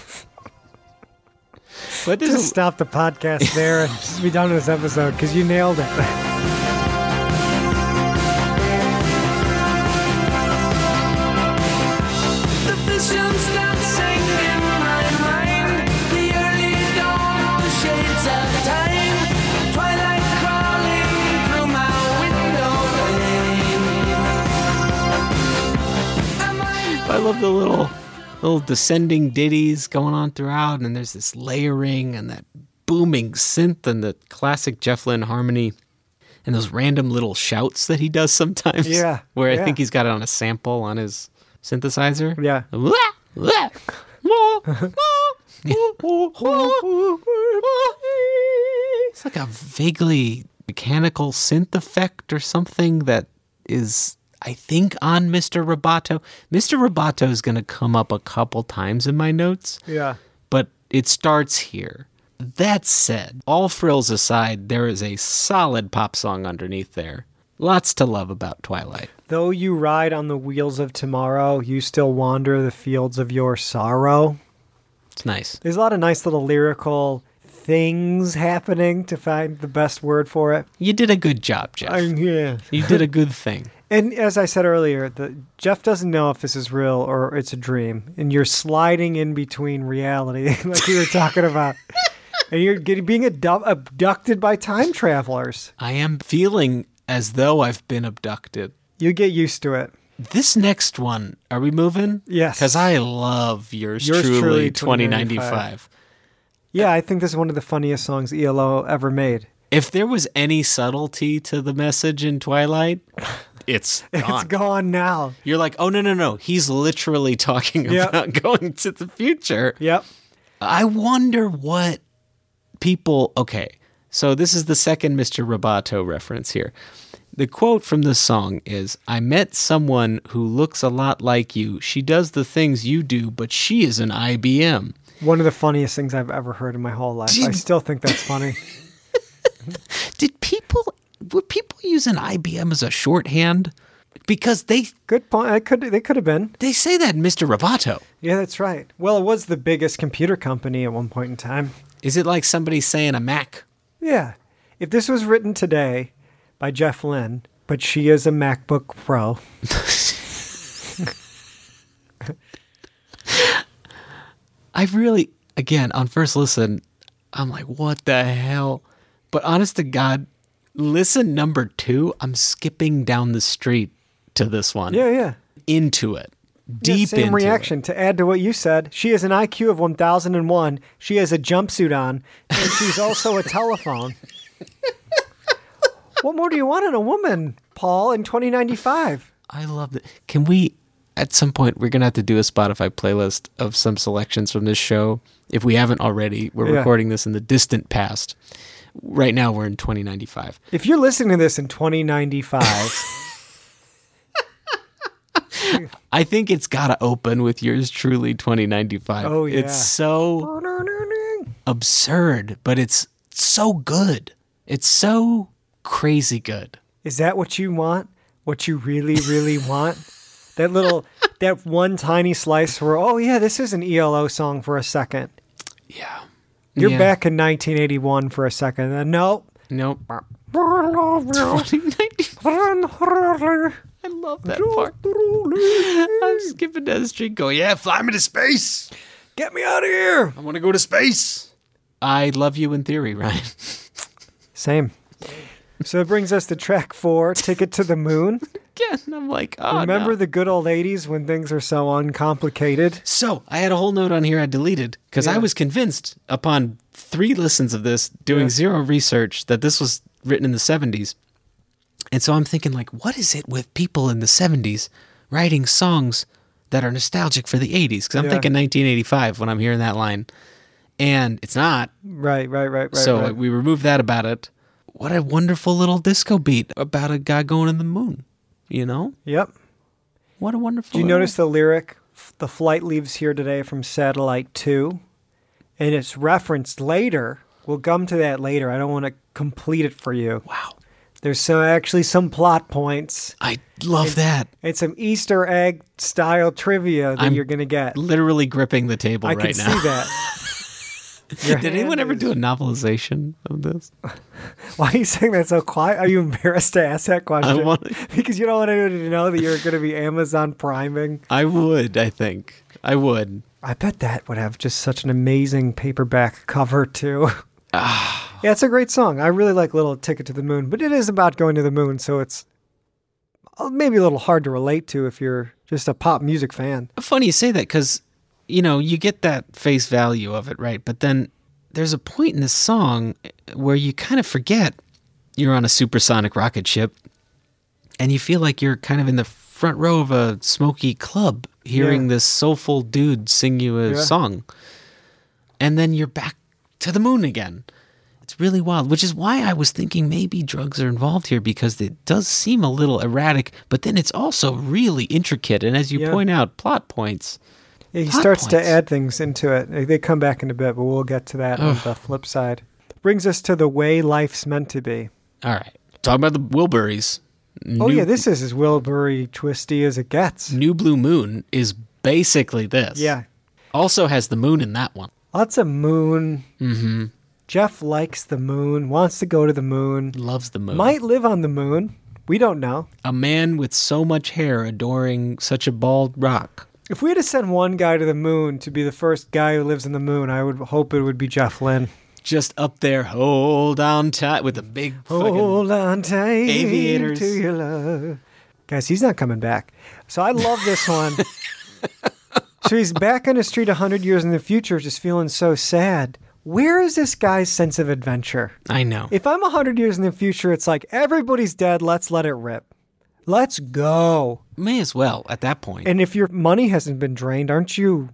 S9: but there's a-
S8: Just stop the podcast there and just be done with this episode because you nailed it. [LAUGHS]
S6: The visions dancing in my mind. The early dawn, all the shades of time. Twilight crawling through my window
S9: I love the little little descending ditties going on throughout, and there's this layering and that booming synth and the classic Jeff Lynne harmony and those random little shouts that he does sometimes.
S8: Yeah,
S9: [LAUGHS] Where I
S8: yeah.
S9: think he's got it on a sample on his synthesizer.
S8: Yeah.
S9: [LAUGHS] Wah, wah, wah, wah, wah,
S8: [LAUGHS]
S9: wah, wah, wah. It's like a vaguely mechanical synth effect or something that is, I think, on Mr. Roboto. Mr. Roboto is going to come up a couple times in my notes,
S8: Yeah.
S9: but it starts here. That said, all frills aside, there is a solid pop song underneath there Lots to love about Twilight.
S8: Though you ride on the wheels of tomorrow, you still wander the fields of your sorrow.
S9: It's nice.
S8: There's a lot of nice little lyrical things happening to find the best word for it.
S9: You did a good job, Jeff.
S8: I- yeah.
S9: You did a good thing.
S8: And as I said earlier, the, Jeff doesn't know if this is real or it's a dream, and you're sliding in between reality, [LAUGHS] like we were talking about, and you're getting, being abdu- abducted by time travelers.
S9: I am feeling as though I've been abducted.
S8: You get used to it.
S9: This next one, are we moving?
S8: Yes.
S9: Because I love yours,
S8: Yours
S9: truly,
S8: truly,
S9: 2095.
S8: Yeah, I think this is one of the funniest songs ELO ever made.
S9: If there was any subtlety to the message in Twilight, it's gone.
S8: [LAUGHS] It's gone now.
S9: You're like, oh, no, no, no. He's literally talking
S8: Yep.
S9: about [LAUGHS] going to the future.
S8: Yep.
S9: I wonder what people. Okay, so this is the second Mr. Roboto reference here. The quote from this song is I met someone who looks a lot like you. She does the things you do, but she is an IBM.
S8: One of the funniest things I've ever heard in my whole life. I
S9: Did-
S8: still think that's
S9: [LAUGHS]
S8: funny.
S9: Did people. Were people using IBM as a shorthand? Because they,
S8: Good point. I could they could have been.
S9: they say that in Mr. Roboto.
S8: Yeah, that's right. Well, it was the biggest computer company at one point in time.
S9: Is it like somebody saying a Mac?
S8: Yeah. If this was written today by Jeff Lynne, but she is a MacBook Pro.
S9: I really, again, on first listen, I'm like, what the hell? But honest to God, listen number two, I'm skipping down the street to this one.
S8: Yeah, yeah.
S9: Into it. Deep
S8: yeah, same
S9: into
S8: reaction. To add to what you said, she has an IQ of 1001. She has a jumpsuit on, and she's also a telephone.
S9: [LAUGHS]
S8: what more do you want in a woman, Paul, in 2095?
S9: it. I love it. Can we, at some point, we're going to have to do a Spotify playlist of some selections from this show. If we haven't already, we're
S8: Yeah.
S9: recording this in the distant past. Right now, we're in 2095.
S8: If you're listening to this in 2095,
S9: I think it's got to open with yours truly 2095.
S8: Oh, yeah.
S9: It's so. absurd, but it's so good. It's so crazy good.
S8: is that what you want? What you really, really want? That little, that one tiny slice where, oh, yeah, this is an ELO song for a second.
S9: Yeah.
S8: You're
S9: Yeah.
S8: back in 1981 for a second. And nope.
S9: Nope. [LAUGHS]
S8: I love you.
S9: 2095.
S8: I
S9: I love that part. [LAUGHS] I'm skipping down the street going, yeah, fly me to space.
S8: Get me out of here.
S9: I want to go to space. I love you in theory, Ryan. [LAUGHS]
S8: Same. So it brings us to track four, Ticket to the Moon.
S9: Again, I'm like, [LAUGHS] oh,
S8: Remember
S9: no.
S8: the good old 80s when things are so uncomplicated?
S9: So I had a whole note on here I deleted because I
S8: Yeah.
S9: was convinced upon three listens of this, doing zero research, that this was written in the 70s. And so I'm thinking, like, what is it with people in the 70s writing songs that are nostalgic for the 80s? Because I'm
S8: Yeah.
S9: thinking 1985 when I'm hearing that line. And it's not.
S8: Right, right, right, right.
S9: so
S8: right.
S9: we removed that about it. What a wonderful little disco beat about a guy going to the moon. You know?
S8: Yep.
S9: What a wonderful.
S8: Do you
S9: little-
S8: notice the lyric, "F- The flight leaves here today from Satellite 2? And it's referenced later. We'll come to that later. I don't want to complete it for you.
S9: Wow.
S8: There's some, actually some plot points
S9: I love that.
S8: and some Easter egg style trivia that
S9: I'm-
S8: you're going to get.
S9: literally gripping the table
S8: I
S9: right
S8: can
S9: now.
S8: see that. Your
S9: [LAUGHS] Did anyone
S8: hand
S9: ever
S8: is-
S9: do a novelization of this?
S8: Why are you saying that so quiet? Are you embarrassed to ask that question?
S9: want-
S8: [LAUGHS] because you don't want anyone to know that you're going to be Amazon priming.
S9: I would, I think. I would.
S8: I bet that would have just such an amazing paperback cover too. [LAUGHS] yeah, it's a great song. I really like Little Ticket to the Moon, but it is about going to the moon, so it's uh, maybe a little hard to relate to if you're just a pop music fan.
S9: Funny you say that because, you know, you get that face value of it, right? But then there's a point in this song eh, where you kind of forget you're on a supersonic rocket ship and you feel like you're kind of in the front row of a smoky club hearing
S8: Yeah.
S9: this soulful dude sing you a
S8: Yeah.
S9: song. And then you're back to the moon again. It's really wild, which is why I was thinking maybe drugs are involved here because it does seem a little erratic, but then it's also really intricate. And as you
S8: Yeah.
S9: point out, plot points.
S8: Yeah, he
S9: Plot
S8: starts to
S9: points.
S8: add things into it. They- They come back in a bit, but we'll get to that on the flip side. Brings us to the way life's meant to be.
S9: All right. Talking about the Wilburys.
S8: oh
S9: New-
S8: yeah, this is as Wilbury twisty as it gets.
S9: New Blue Moon is basically this.
S8: Yeah.
S9: Also has the moon in that one.
S8: Lots of moon.
S9: Mm-hmm.
S8: Jeff likes the moon, wants to go to the moon,
S9: loves the moon.
S8: might live on the moon. We don't know.
S9: A man with so much hair adoring such a bald rock.
S8: If we had to send one guy to the moon to be the first guy who lives on the moon, I would hope it would be Jeff Lynn.
S9: Just up there, hold on tight with a big fucking.
S8: Hold on tight
S9: aviators.
S8: to your love. Guys, he's not coming back. So I love this
S9: [LAUGHS]
S8: one. so he's back on the street 100 years in the future, just feeling so sad. Where is this guy's sense of adventure?
S9: I know.
S8: If I'm 100 years in the future, it's like everybody's dead. Let's let it rip. Let's go.
S9: May as well at that point.
S8: And if your money hasn't been drained, aren't you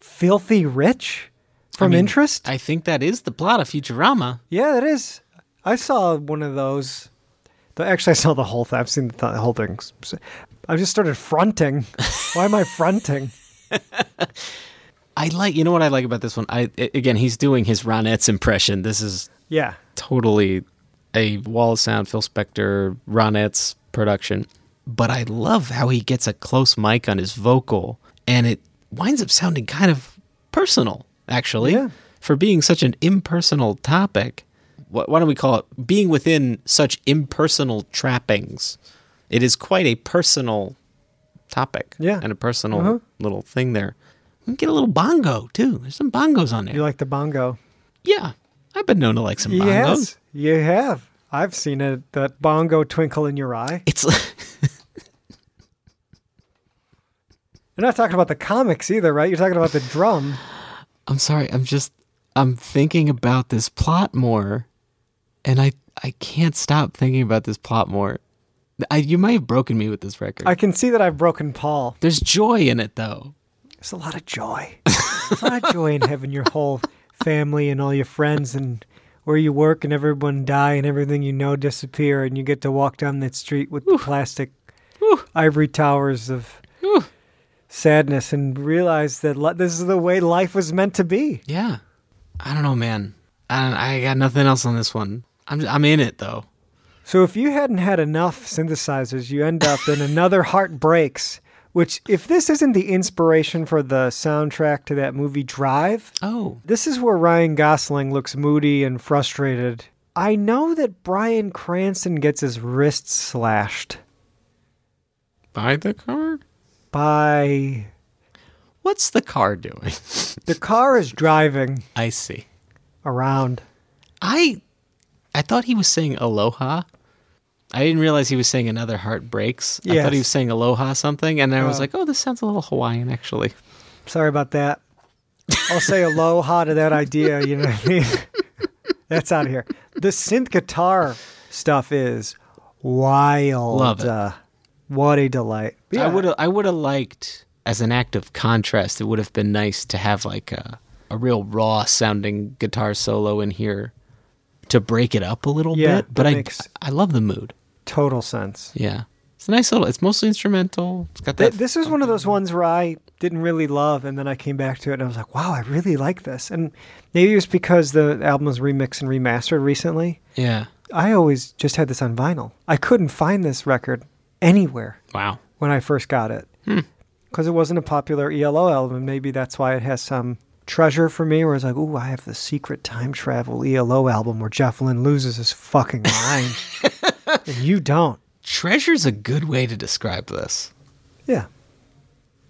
S8: filthy rich from
S9: mean,
S8: interest?
S9: I think that is the plot of Futurama.
S8: Yeah, that is. I saw one of those. though- Actually, I saw the whole thing. I've seen the, th- the whole thing. I just started fronting. [LAUGHS] Why am I fronting?
S9: I like, you know what I like about this one? I a- again, he's doing his Ronettes impression. This is
S8: Yeah.
S9: totally a wall of sound Phil Spector Ronettes production. But I love how he gets a close mic on his vocal and it winds up sounding kind of personal, actually,
S8: Yeah.
S9: for being such an impersonal topic. Wh- Why don't we call it being within such impersonal trappings? It is quite a personal topic
S8: Yeah.
S9: and a personal
S8: Uh-huh.
S9: little thing there. We can get a little bongo too. There's some bongos on there.
S8: You like the bongo?
S9: yeah, I've been known to like some bongos.
S8: Yes, you have. I've seen it. That bongo twinkle in your eye.
S9: It's [LAUGHS] like,
S8: You're not talking about the comics either, right? You're talking about the drum.
S9: I'm sorry. I'm just I'm thinking about this plot more, and I I can't stop thinking about this plot more. I, you might have broken me with this record.
S8: I can see that I've broken Paul.
S9: There's joy in it though.
S8: There's a lot of joy. There's a lot of joy in having your whole family and all your friends and where you work and everyone die and everything you know disappear and you get to walk down that street with the plastic ivory towers of sadness and realize that li- this is the way life was meant to be.
S9: Yeah. I don't know, man. I don't, I got nothing else on this one. I'm I'm in it though.
S8: So if you hadn't had enough synthesizers, you end up in another Heart Breaks, which if this isn't the inspiration for the soundtrack to that movie Drive,
S9: Oh,
S8: This is where Ryan Gosling looks moody and frustrated. I know that Brian Cranston gets his wrists slashed
S9: buy the car.
S8: by
S9: What's the car doing? [LAUGHS]
S8: the car is driving
S9: I see.
S8: around.
S9: I I thought he was saying aloha. I didn't realize he was saying another heart breaks. I
S8: Yes.
S9: thought he was saying aloha something, and I was
S8: Oh.
S9: like, oh, this sounds a little Hawaiian actually.
S8: Sorry about that. I'll say aloha to that idea, you know what I mean? [LAUGHS] That's out of here. The synth guitar stuff is wild.
S9: Love it.
S8: Uh, what a delight.
S9: I would I would have liked as an act of contrast. It would have been nice to have like a a real raw sounding guitar solo in here to break it up a little
S8: Yeah,
S9: bit. But
S8: that
S9: I
S8: makes-
S9: I love the mood.
S8: total sense.
S9: Yeah, it's a nice little. It's mostly instrumental. It's got
S8: Th-
S9: that.
S8: this was one of those ones where I didn't really love, and then I came back to it and I was like, wow, I really like this. And maybe it was because the album was remixed and remastered recently.
S9: yeah.
S8: I always just had this on vinyl. I couldn't find this record anywhere
S9: Wow.
S8: when I first got it because it wasn't a popular ELO album. Maybe that's why it has some treasure for me where it's like, ooh, I have the secret time travel ELO album where Jeff Lynne loses his fucking mind. and you don't.
S9: Treasure's a good way to describe this.
S8: Yeah.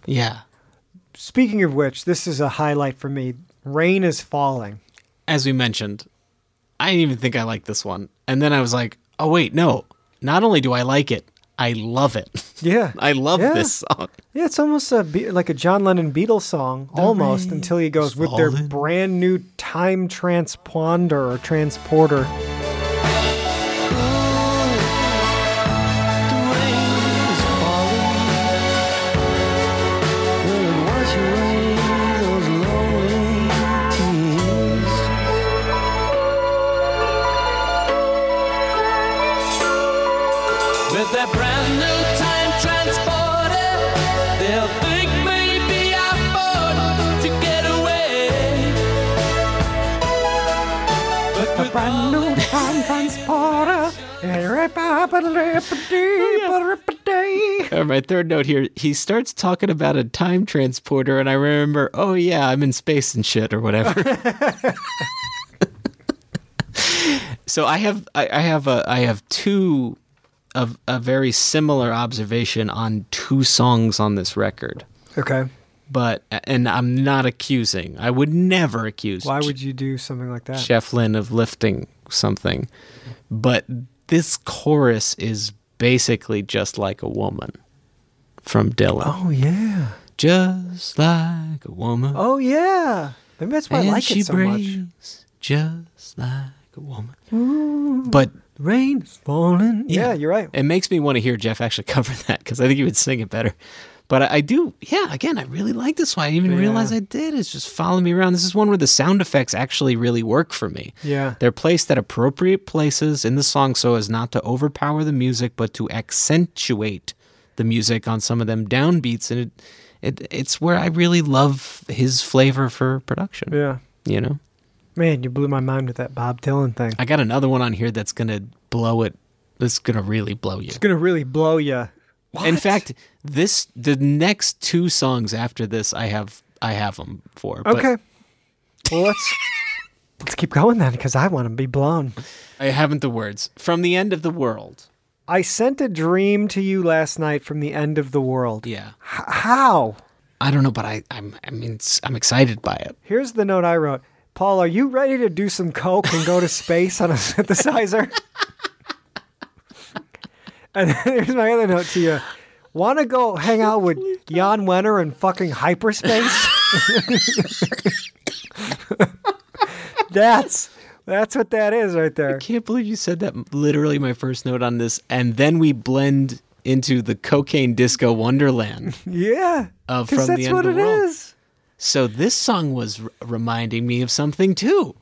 S9: Yeah.
S8: Speaking of which, this is a highlight for me. Rain is falling.
S9: as we mentioned, I didn't even think I liked this one. And then I was like, oh, wait, no. Not only do I like it, I love it. [LAUGHS]
S8: Yeah.
S9: I love
S8: Yeah.
S9: this song.
S8: Yeah, it's almost a Be- like a John Lennon Beatles song, almost until he goes with their
S9: falling.
S8: brand new time transponder or transporter.
S6: With that brand new time transporter, they'll think maybe I'm bored to get away. But with
S8: Brand new time transporter.
S9: Oh, Or my third note here, he starts talking about a time transporter, and I remember, oh yeah, I'm in space and shit
S8: [LAUGHS]
S9: or whatever. so I have I, I have a I have two of a very similar observation on two songs on this record.
S8: Okay.
S9: But and I'm not accusing. I would never accuse.
S8: Why would you do something like that?
S9: Shefflin of lifting something. But this chorus is basically just like a woman from Dylan.
S8: Oh yeah.
S9: Just like a woman.
S8: Oh yeah. Maybe that's why
S9: and
S8: I like
S9: she
S8: it so
S9: breathes
S8: much.
S9: just like a woman.
S8: Ooh,
S9: But
S8: rain is falling. Yeah. you're right.
S9: It makes me want to hear Jeff actually [LAUGHS] cover that because I think he would sing it better. But I, I do, yeah, again, I really like this one. I didn't even realize I did. It's just following me around. This is one where the sound effects actually really work for me.
S8: Yeah.
S9: They're placed at appropriate places in the song so as not to overpower the music, but to accentuate the music on some of them downbeats. And it, it it's where I really love his flavor for production.
S8: Yeah.
S9: You know?
S8: Man, you blew my mind with that Bob Dylan thing.
S9: I got another one on here that's going to blow it. That's going to really blow you.
S8: It's gonna really blow you.
S9: In fact, this the next two songs after this, I have I have them for. but
S8: Okay. Well, let's [LAUGHS] let's keep going then, because I want to be blown.
S9: I haven't the words. From the end of the world.
S8: I sent a dream to you last night from the end of the world.
S9: Yeah.
S8: H- how?
S9: I don't know, but I I'm I mean it's- I'm excited by it.
S8: Here's the note I wrote. Paul, are you ready to do some coke and go to space on a synthesizer? [LAUGHS] and then here's my other note to you. Want to go hang out with Jan Wenner in fucking hyperspace? [LAUGHS] that's that's what that is right there.
S9: Can't believe you said that literally my first note on this and then we blend into the cocaine disco wonderland.
S8: Yeah.
S9: Of
S8: 'cause
S9: Uh, From the
S8: that's
S9: End
S8: what
S9: of
S8: it
S9: the
S8: is.
S9: World. So this song was r- reminding me of something too.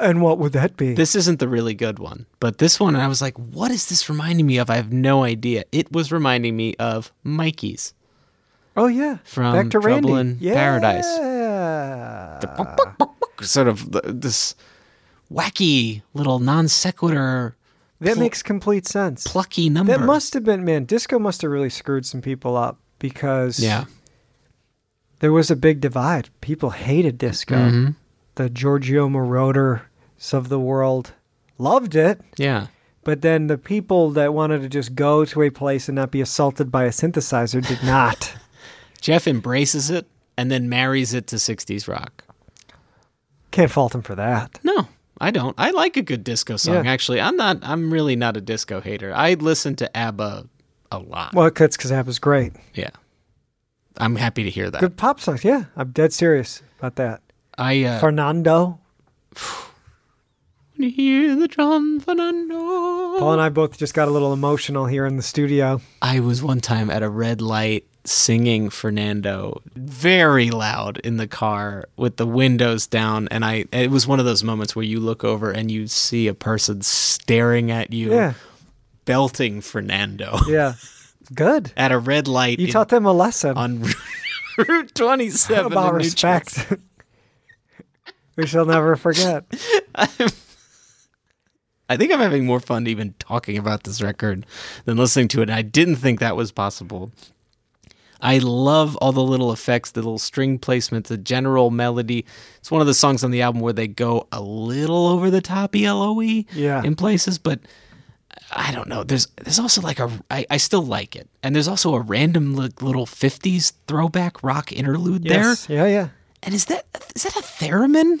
S8: And what would that be?
S9: This isn't the really good one, but this one I was like, what is this reminding me of? I have no idea. It was reminding me of Mikey's.
S8: oh yeah.
S9: From
S8: Back to
S9: Trouble
S8: Randy.
S9: in Paradise.
S8: Yeah.
S9: sort of th- this wacky little non sequitur
S8: That
S9: pl-
S8: makes complete sense.
S9: plucky number.
S8: That must have been man. Disco must have really screwed some people up because
S9: yeah.
S8: there was a big divide. People hated disco.
S9: Mhm.
S8: The Giorgio Moroder's of the world loved it,
S9: Yeah.
S8: but then the people that wanted to just go to a place and not be assaulted by a synthesizer
S9: [LAUGHS]
S8: did not.
S9: Jeff embraces it and then marries it to 60s rock.
S8: Can't fault him for that.
S9: No, I don't. I like a good disco song,
S8: Yeah.
S9: actually. I'm not, I'm really not a disco hater. I listen to ABBA a lot.
S8: Well, that's because ABBA's great.
S9: yeah. I'm happy to hear that.
S8: Good pop songs. Yeah, I'm dead serious about that.
S9: I, uh,
S8: Fernando.
S9: hear the drum, Fernando.
S8: Paul and I both just got a little emotional here in the studio.
S9: I was one time at a red light singing Fernando very loud in the car with the windows down and I it was one of those moments where you look over and you see a person staring at you
S8: Yeah,
S9: belting Fernando
S8: yeah. Good.
S9: [LAUGHS] at a red light
S8: You
S9: in-
S8: taught them a lesson.
S9: on [LAUGHS] Route 27 in
S8: about
S9: New Jersey.
S8: respect. [LAUGHS] we shall never forget.
S9: I think I'm having more fun even talking about this record than listening to it. I didn't think that was possible. I love all the little effects, the little string placement, the general melody. It's one of the songs on the album where they go a little over the top E ELOE
S8: Yeah.
S9: in places, but I don't know. There's there's also like a I, I still like it, and there's also a random li- little '50s throwback rock interlude there.
S8: Yeah, yeah.
S9: And is that is that a theremin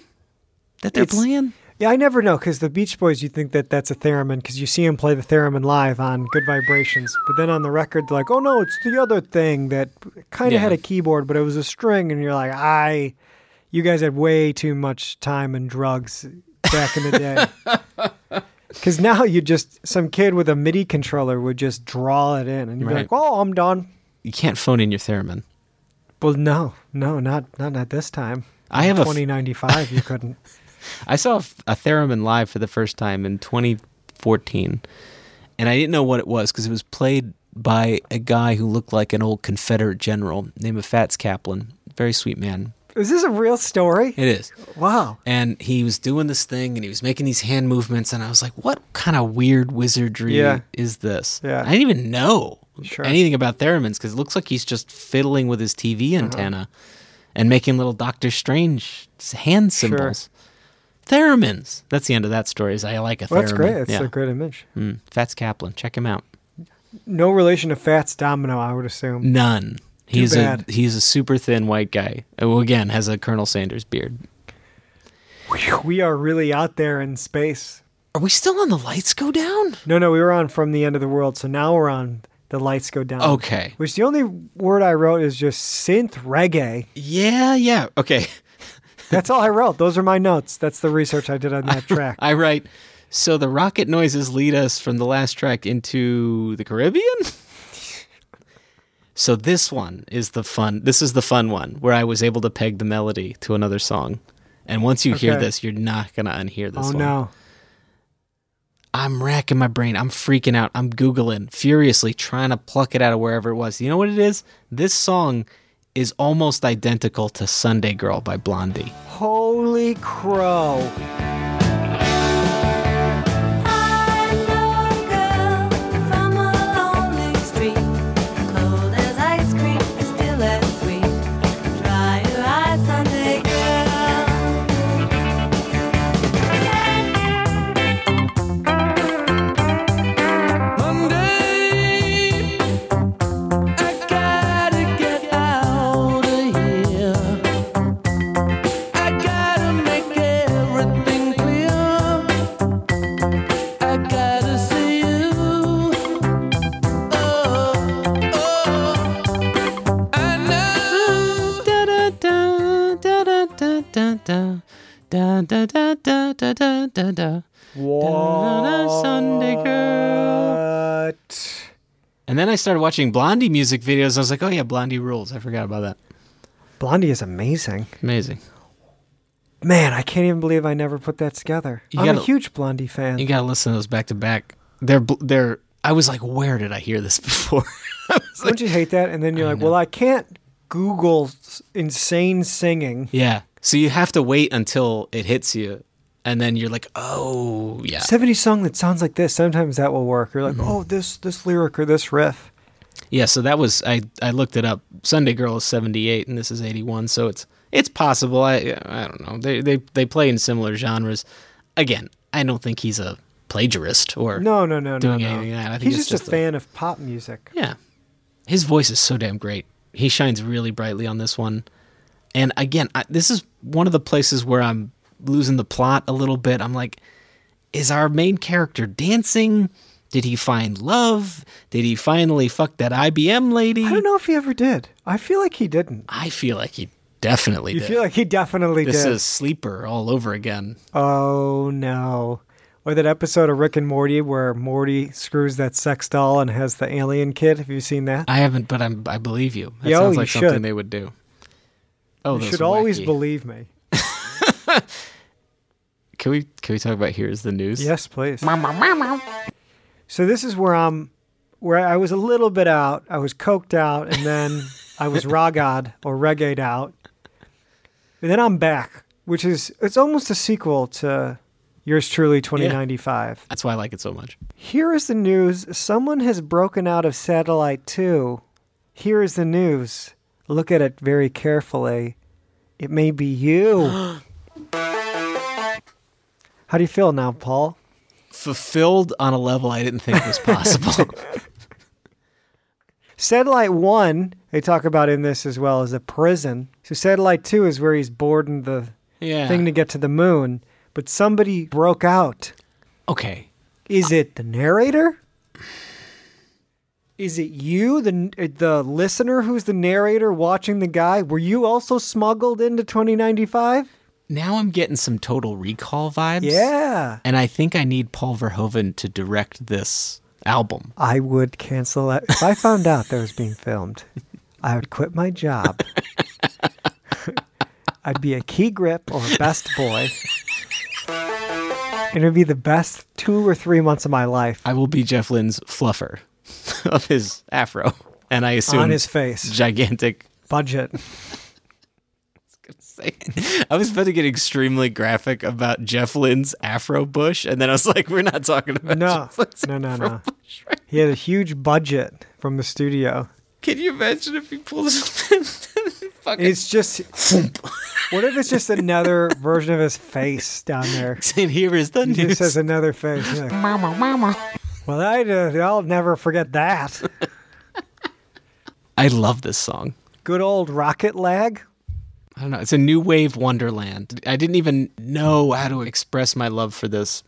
S9: that they're
S8: It's-
S9: playing?
S8: Yeah, I never know because the Beach Boys, you think that that's a theremin because you see them play the theremin live on Good Vibrations. But then on the record, they're like, oh no, it's the other thing that kind of
S9: Yeah.
S8: had a keyboard, but it was a string. And you're like, I, you guys had way too much time and drugs back in the day. Because now you just, some kid with a MIDI controller would just draw it in and you'd be
S9: Right.
S8: like, oh, I'm done.
S9: You can't phone in your theremin.
S8: Well, no, no, not not at this time.
S9: I have a f-
S8: 2095. you
S9: [LAUGHS]
S8: couldn't.
S9: I saw a f- a theremin live for the first time in 2014, and I didn't know what it was because it was played by a guy who looked like an old Confederate general named Fats Kaplan, very sweet man.
S8: Is this a real story?
S9: It is.
S8: Wow.
S9: And he was doing this thing and he was making these hand movements and I was like, what kind of weird wizardry
S8: Yeah.
S9: is this?
S8: Yeah.
S9: I didn't even know
S8: Sure.
S9: anything about theremins because it looks like he's just fiddling with his TV
S8: Uh-huh.
S9: antenna and making little Doctor Strange s- hand
S8: Sure.
S9: symbols. Theremins. That's the end of that story. Is I like a theremin.
S8: Well, that's great. That's
S9: Yeah.
S8: a great image.
S9: Mm. Fats Kaplan. Check him out.
S8: No relation to Fats Domino, I would
S9: [LAUGHS]
S8: assume.
S9: None.
S8: Too
S9: He's
S8: bad.
S9: a he's a super thin white guy who again has a Colonel Sanders beard.
S8: We are really out there in space.
S9: Are we still on the lights go down?
S8: No, no, we were on From the End of the World, so now we're on The Lights Go Down.
S9: Okay.
S8: Which the only word I wrote is just synth
S9: [LAUGHS]
S8: reggae.
S9: Yeah, yeah. Okay. [LAUGHS]
S8: That's all I wrote. Those are my notes. That's the research I did on that track.
S9: [LAUGHS] I write so the rocket noises lead us from the last track into the Caribbean. so this one is the fun. This is the fun one where I was able to peg the melody to another song. And once you hear
S8: Okay.
S9: this, you're not going to unhear this
S8: Oh,
S9: one.
S8: no.
S9: I'm racking my brain. I'm freaking out. I'm Googling furiously, trying to pluck it out of wherever it was. You know what it is? This song is almost identical to Sunday Girl by Blondie.
S8: Holy crow.
S6: Oh,
S9: What? Sunday girl. And then I started watching Blondie music videos. I was like, oh yeah, Blondie rules. I forgot about that.
S8: Blondie is amazing.
S9: Amazing.
S8: Man, I can't even believe I never put that together.
S9: You
S8: I'm a
S9: gotta-
S8: huge Blondie fan.
S9: You gotta listen to those back to back. They're bl- they're. I was like, where did I hear this [LAUGHS] before?
S8: Don't you hate that? And then you're like, well, I can't Google s- insane singing.
S9: yeah. So you have to wait until it hits you, and then you're like, oh yeah.
S8: 70 song that sounds like this. Sometimes that will work. You're like,
S9: Mm-hmm.
S8: oh, this this lyric or this riff.
S9: Yeah, so that was I. I looked it up. Sunday Girl is seventy eight, and this is eighty one. So it's it's possible. I I don't know. They they they play in similar genres. Again, I don't think he's a plagiarist or
S8: No, no, no, no,
S9: doing
S8: no.
S9: anything like that. I think
S8: He's
S9: it's
S8: just, a fan of pop music.
S9: Yeah, his voice is so damn great. He shines really brightly on this one. And again, I, this is one of the places where I'm losing the plot a little bit. I'm like, is our main character dancing? Did he find love? Did he finally fuck that IBM lady?
S8: I don't know if he ever did. I feel like he didn't.
S9: I feel like he definitely
S8: You
S9: did.
S8: feel like he definitely
S9: this
S8: did.
S9: is sleeper all over again.
S8: Oh no. Or that episode of Rick and Morty where Morty screws that sex doll and has the alien kid. Have you seen that?
S9: I haven't, but I'm, I believe you. That
S8: Yeah, oh,
S9: sounds
S8: you
S9: like something
S8: should.
S9: they would do. Oh,
S8: you
S9: those
S8: should always
S9: wacky-
S8: believe me.
S9: Can we can we talk about here's the news?
S8: Yes, please. So this is where I'm where I was a little bit out. I was coked out and then I was ragad or reggae'd out. And then I'm back, which is it's almost a sequel to Yours Truly 2095.
S9: That's why I like it so much.
S8: Here is the news. Someone has broken out of satellite 2. Here is the news. Look at it very carefully. It may be you. How do you feel now, Paul?
S9: Fulfilled on a level I didn't think
S8: [LAUGHS]
S9: was possible.
S8: Satellite 1, they talk about in this as well, is a prison. So Satellite 2 is where he's boarding the
S9: Yeah.
S8: thing to get to the moon. But somebody broke out.
S9: okay.
S8: Is it the narrator? Is it you, the the listener, who's the narrator watching the guy? Were you also smuggled into 2095?
S9: Now I'm getting some total recall vibes.
S8: Yeah,
S9: And I think I need Paul Verhoeven to direct this album.
S8: I would cancel that if I found out that was being filmed. I would quit my
S9: [LAUGHS]
S8: job. I'd be a key grip or best boy. And it would be the best two or three months of my life
S9: I will be Jeff Lynne's fluffer [LAUGHS] of his afro. And I assume
S8: on his face.
S9: gigantic [LAUGHS]
S8: Budget.
S9: It's gonna I was about to get extremely graphic about Jeff Lynne's Afro Bush, and then I was like, we're not talking about
S8: No, no, no, no. He had a huge budget from the studio.
S9: [LAUGHS] Can you imagine if he pulled something? [LAUGHS] fucking...
S8: It's just. what if it's just another version of his face down there?
S9: [LAUGHS] And here is the
S8: He
S9: news.
S8: just has another face. He's like,
S9: [LAUGHS] Mama, mama.
S8: well, I, uh, I'll never forget that.
S9: I love this song.
S8: Good old rocket lag.
S9: I don't know. It's a new wave wonderland. I didn't even know how to express my love for this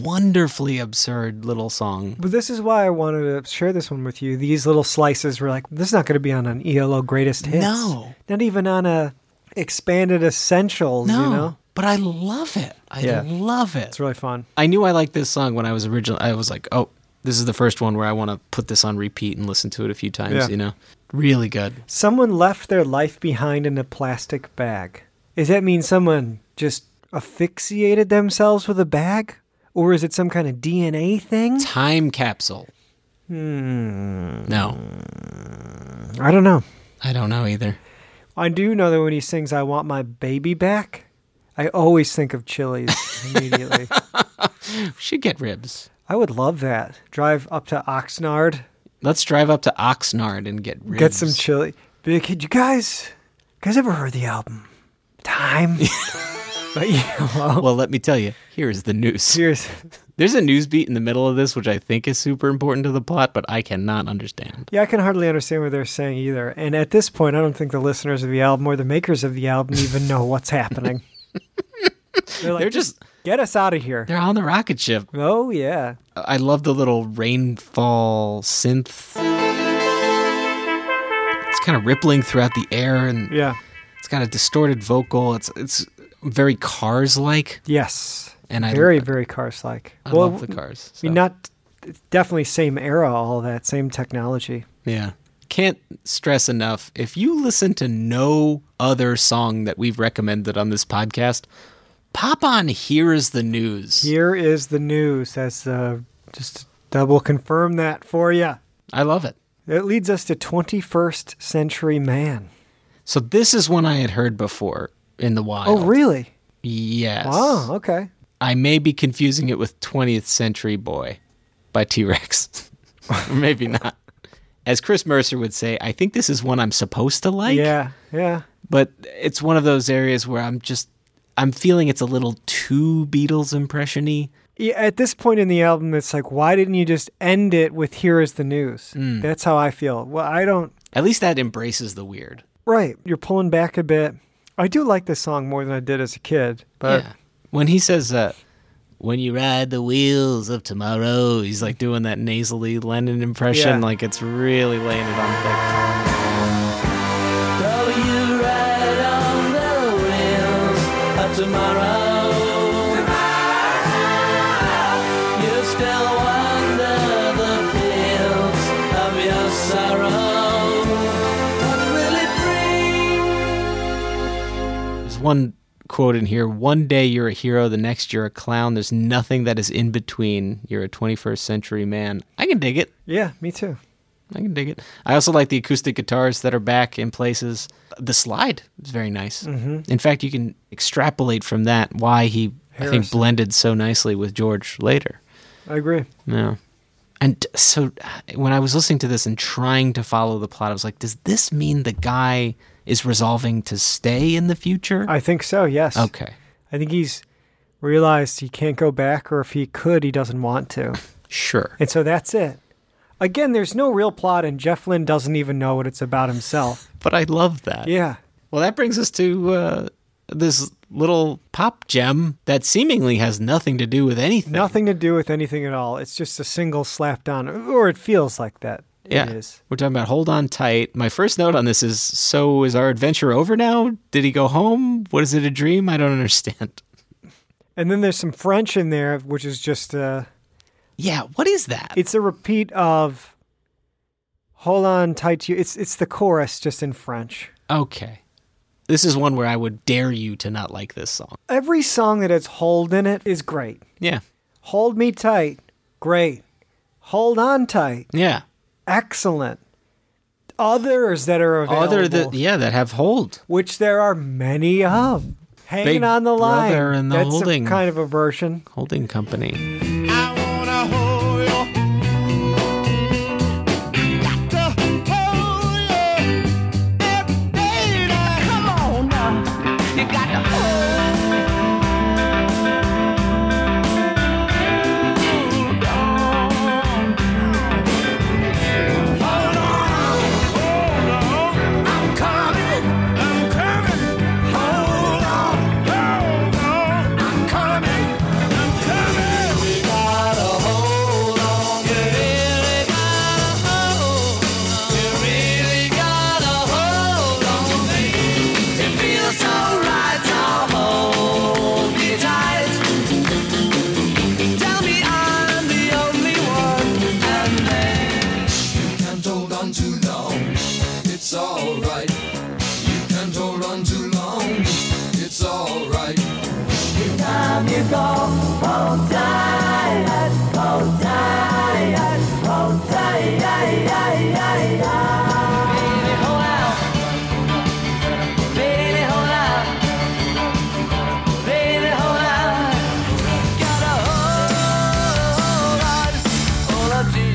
S9: wonderfully absurd little song.
S8: But this is why I wanted to share this one with you. These little slices were like, this is not going to be on an ELO greatest hits.
S9: No.
S8: Not even on a expanded essentials,
S9: No,
S8: you know?
S9: but I love it. I
S8: Yeah.
S9: love it.
S8: It's really fun.
S9: I knew I liked this song when I was originally. I was like, oh, this is the first one where I want to put this on repeat and listen to it a few times.
S8: Yeah.
S9: You know, really good.
S8: Someone left their life behind in a plastic bag. Does that mean someone just asphyxiated themselves with a bag? Or is it some kind of DNA thing?
S9: Time capsule.
S8: Hmm.
S9: No,
S8: I don't know.
S9: I don't know either.
S8: I do know that when he sings I Want My Baby Back, I always think of
S9: [LAUGHS]
S8: Chili's immediately.
S9: We should get ribs.
S8: I would love that. Drive up to Oxnard,
S9: Let's drive up to Oxnard and get ribs.
S8: get some chili. Be like, "Did you guys, you guys ever heard the album
S9: [LAUGHS]
S8: Time? [LAUGHS] But, yeah, well,
S9: Well, let me tell you. Here is the news.
S8: here's
S9: There's a news beat in the middle of this, which I think is super important to the plot, but I cannot understand.
S8: yeah, I can hardly understand what they're saying either. And at this point, I don't think the listeners of the album or the makers of the album even know what's
S9: [LAUGHS]
S8: happening. they're like,
S9: They're just
S8: get us out of here.
S9: they're on the rocket ship.
S8: Oh yeah,
S9: I love the little rainfall synth. It's kind of rippling throughout the air, and
S8: yeah,
S9: it's got a distorted vocal. It's it's very Cars like,
S8: yes.
S9: and I
S8: very, very Cars-like.
S9: I
S8: well,
S9: love the Cars.
S8: I mean,
S9: so,
S8: not definitely same era, all that same technology.
S9: yeah. Can't stress enough. If you listen to no other song that we've recommended on this podcast, pop on "Here Is the News."
S8: Here is the news. That's uh, just to double confirm that for you.
S9: I love it.
S8: It leads us to 21st century man.
S9: So this is one I had heard before in the wild.
S8: Oh, really?
S9: Yes.
S8: Wow. Okay.
S9: I may be confusing it with 20th Century Boy by T Rex. [LAUGHS] or maybe not. As Chris Mercer would say, I think this is one I'm supposed to like,
S8: yeah. Yeah.
S9: but it's one of those areas where I'm just I'm feeling it's a little too Beatles impression y.
S8: Yeah, at this point in the album, it's like, why didn't you just end it with "Here is the news"?
S9: Hmm.
S8: That's how I feel. Well, I don't.
S9: At least that embraces the weird.
S8: Right, you're pulling back a bit. I do like this song more than I did as a kid, but
S9: yeah. When he says that, when you ride the wheels of tomorrow, he's like doing that nasally Lennon impression,
S8: Yeah.
S9: like it's really laying it on thick. There's one quote in here one day you're a hero, the next you're a clown. There's nothing that is in between. You're a 21st century man. I can dig it.
S8: yeah, me too.
S9: I can dig it. I also like the acoustic guitars that are back in places. The slide is very nice. Mm-hmm. In fact, you can extrapolate from that why he, I think,
S8: Harrison.
S9: blended so nicely with George later.
S8: I agree.
S9: Yeah. And so uh, when I was listening to this and trying to follow the plot, I was like, does this mean the guy is resolving to stay in the future?
S8: I think so. Yes.
S9: okay.
S8: I think he's realized he can't go back, or if he could, he doesn't want to.
S9: Sure.
S8: And so that's it. Again, there's no real plot, and Jeff Lynne doesn't even know what it's about
S9: [LAUGHS]
S8: himself.
S9: But I love that.
S8: Yeah.
S9: Well, that brings us to uh, this little pop gem that seemingly has nothing to do with anything.
S8: Nothing to do with anything at all. It's just a single slap down, or it feels like that.
S9: Yeah.
S8: It is.
S9: We're talking about Hold On Tight. My first note on this is So is our adventure over now? Did he go home? What is it a dream? I don't understand.
S8: And then there's some French in there, which is just uh,
S9: Yeah. What is that?
S8: it's a repeat of "Hold on tight to you." It's it's the chorus just in French.
S9: okay. This is one where I would dare you to not like this song.
S8: Every song that has "hold" in it is great.
S9: Yeah.
S8: Hold me tight, great. Hold on tight,
S9: Yeah.
S8: excellent. others that are available.
S9: Other than yeah, that have hold.
S8: which there are many of. Hanging
S9: Big
S8: on the line.
S9: Brother and the
S8: That's a
S9: Holding.
S8: kind of a version.
S9: Holding company.
S6: It's alright. You can't hold on too long. It's alright. Every time you go, hold tight, hold tight, hold tight. Baby, hold out. Baby, hold out. Baby, hold out. Gotta hold on, hold on to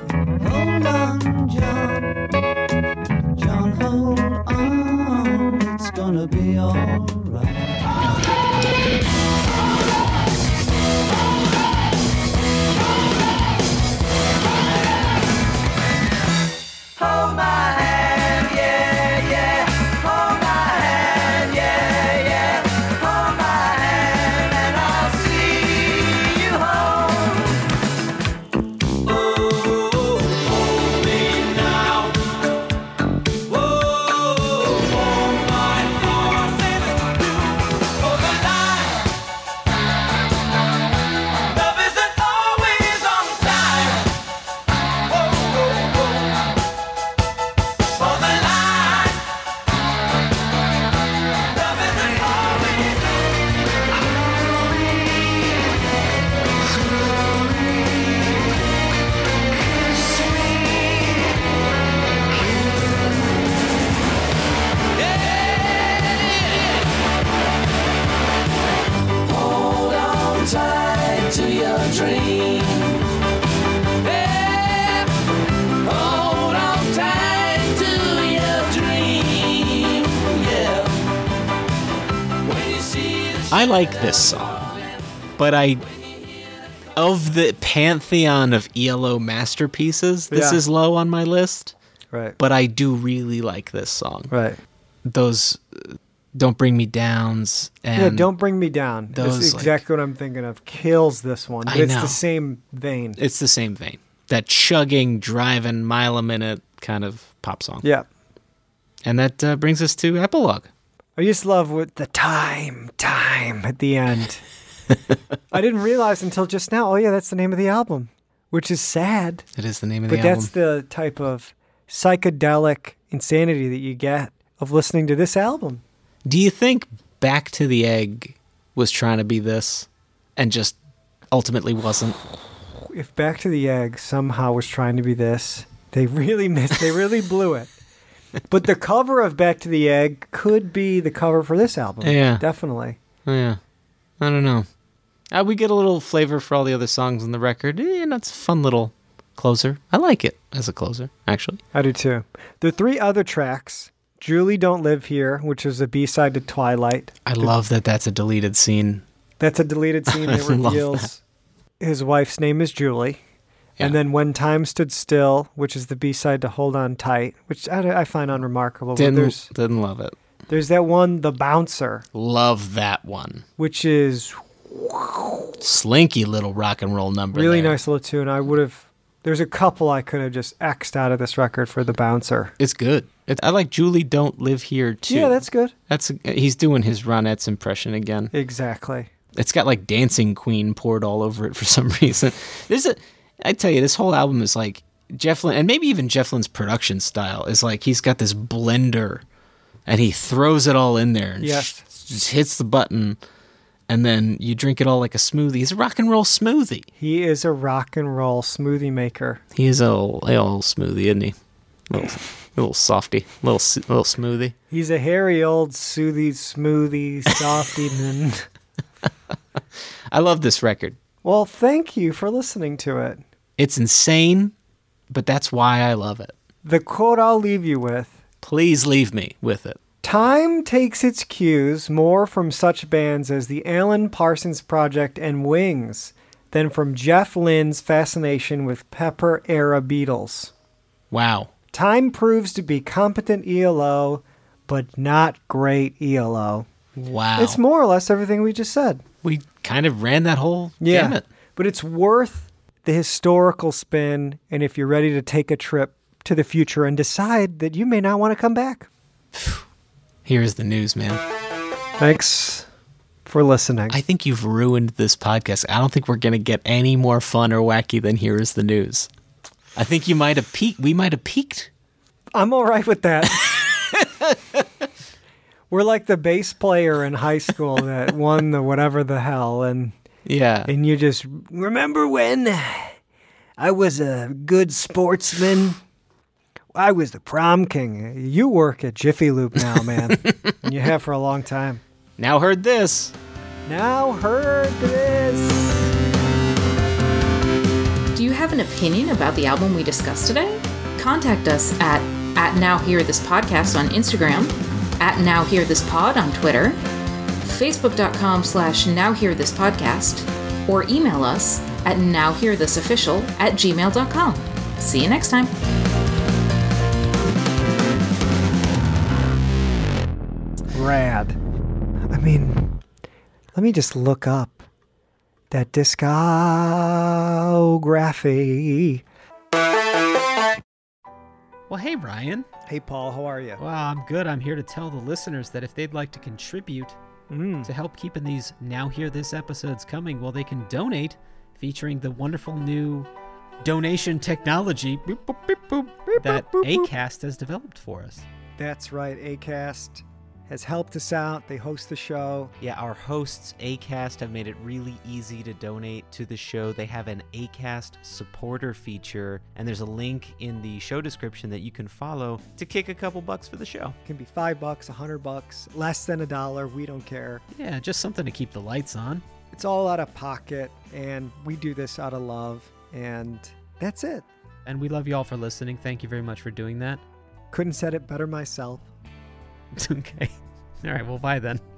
S6: yourself. Hold on, John. John, hold on. It's gonna be alright. Hold my hand, yeah, yeah. Hold my hand, yeah, yeah. Hold my hand, and I'll see you home. Hold on tight to your dream. Yeah, hold on tight to your dream. Yeah. When you see the
S9: I like this song, but I of the pantheon of ELO masterpieces, this
S8: Yeah.
S9: is low on my list.
S8: Right.
S9: But I do really like this song.
S8: Right.
S9: Those uh, "Don't Bring Me Down's" and
S8: yeah, don't bring me down. That's
S9: those, like-
S8: exactly what I'm thinking of. Kills this one. But
S9: I
S8: it's
S9: know.
S8: the same vein.
S9: It's the same vein. That chugging, driving, mile a minute kind of pop song.
S8: Yeah.
S9: And that uh, brings us to epilogue.
S8: I just love with the time, time at the
S9: [LAUGHS]
S8: end. I didn't realize until just now. Oh yeah, that's the name of the album, which is sad.
S9: It is the name of
S8: But
S9: the album.
S8: that's the type of psychedelic insanity that you get of listening to this album.
S9: Do you think Back to the Egg was trying to be this and just ultimately wasn't?
S8: If Back to the Egg somehow was trying to be this, they really missed. They really blew it. But the cover of Back to the Egg could be the cover for this album.
S9: Yeah.
S8: definitely.
S9: Yeah. I don't know. Uh, we get a little flavor for all the other songs on the record, eh, and that's a fun little closer. I like it as a closer, actually.
S8: I do too. The three other tracks, Julie Don't Live Here, which is a B side to Twilight.
S9: I
S8: The-
S9: love that that's a deleted scene.
S8: that's a
S9: [LAUGHS]
S8: deleted scene that
S9: I love
S8: reveals his wife's name is Julie. And then When Time Stood Still, which is the B side to Hold On Tight, which I, I find unremarkable. but
S9: Didn't,
S8: there's,
S9: didn't love it.
S8: there's that one, The Bouncer,
S9: Love that one.
S8: which is
S9: Slinky little rock and roll number.
S8: really
S9: there.
S8: nice little tune. I would have, there's a couple I could have just X'd out of this record for The Bouncer.
S9: It's good. It, I like Julie Don't Live Here too.
S8: Yeah, that's good.
S9: That's he's doing his Ronettes impression again.
S8: Exactly.
S9: It's got like Dancing Queen poured all over it for [LAUGHS] some reason. There's a, I tell you, this whole album is like Jeff Lynne, and maybe even Jeff Lynne's production style is like he's got this blender, and he throws it all in there and
S8: Yes.
S9: just hits the button, and then you drink it all like a smoothie. He's a rock and roll smoothie.
S8: He is a rock and roll smoothie maker.
S9: He's a little, a little smoothie, isn't he? A little, a little softy, a little, s- little smoothie.
S8: He's a hairy old soothy smoothie softy [LAUGHS] man.
S9: I love this record.
S8: Well, thank you for listening to it.
S9: It's insane, but that's why I love it.
S8: The quote I'll leave you with
S9: Please leave me with it.
S8: Time takes its cues more from such bands as the Alan Parsons Project and Wings than from Jeff Lynne's fascination with Pepper era Beatles.
S9: Wow.
S8: Time proves to be competent ELO, but not great ELO.
S9: Wow.
S8: It's more or less everything we just said.
S9: we kind of ran that whole
S8: Yeah.
S9: gamut.
S8: But it's worth the historical spin, and if you're ready to take a trip to the future and decide that you may not want to come back.
S9: Here's the news, man.
S8: Thanks for listening.
S9: I think you've ruined this podcast. I don't think we're going to get any more fun or wacky than here is the news. I think you might have peaked. We might have peaked.
S8: I'm all right with that. [LAUGHS] We're like the bass player in high school that won the whatever the hell, and
S9: Yeah.
S8: and you just remember when I was a good sportsman. I was the prom king. You work at Jiffy Lube now, man, and you have for a long time.
S9: Now heard this.
S8: Now heard this.
S2: Do you have an opinion about the album we discussed today? Contact us at at Now Hear This Podcast on Instagram, at Now Hear This Pod on Twitter, Facebook.com slash Now Hear This Podcast, or email us at Now Hear This Official at gmail.com. See you next time.
S8: Rad. I mean, let me just look up that discography.
S12: Well, hey, Ryan.
S8: Hey, Paul, how are you?
S12: Well, I'm good. I'm here to tell the listeners that if they'd like to contribute
S8: Mm.
S12: to help keeping these Now Hear This episodes coming, well, they can donate featuring the wonderful new donation technology boop, boop, beep, boop, that ACAST has developed for us.
S8: That's right. ACAST has helped us out. They host the show.
S13: Yeah, our hosts, ACAST, have made it really easy to donate to the show. They have an ACAST supporter feature, and there's a link in the show description that you can follow to kick a couple bucks for the show.
S8: It can be five bucks, a hundred bucks, less than a dollar. We don't care.
S12: Yeah, just something to keep the lights on.
S8: It's all out of pocket, and we do this out of love. And that's it.
S12: And we love you all for listening. Thank you very much for doing that. [LAUGHS]
S8: Couldn't said it better myself.
S12: okay. All right. Well, bye then.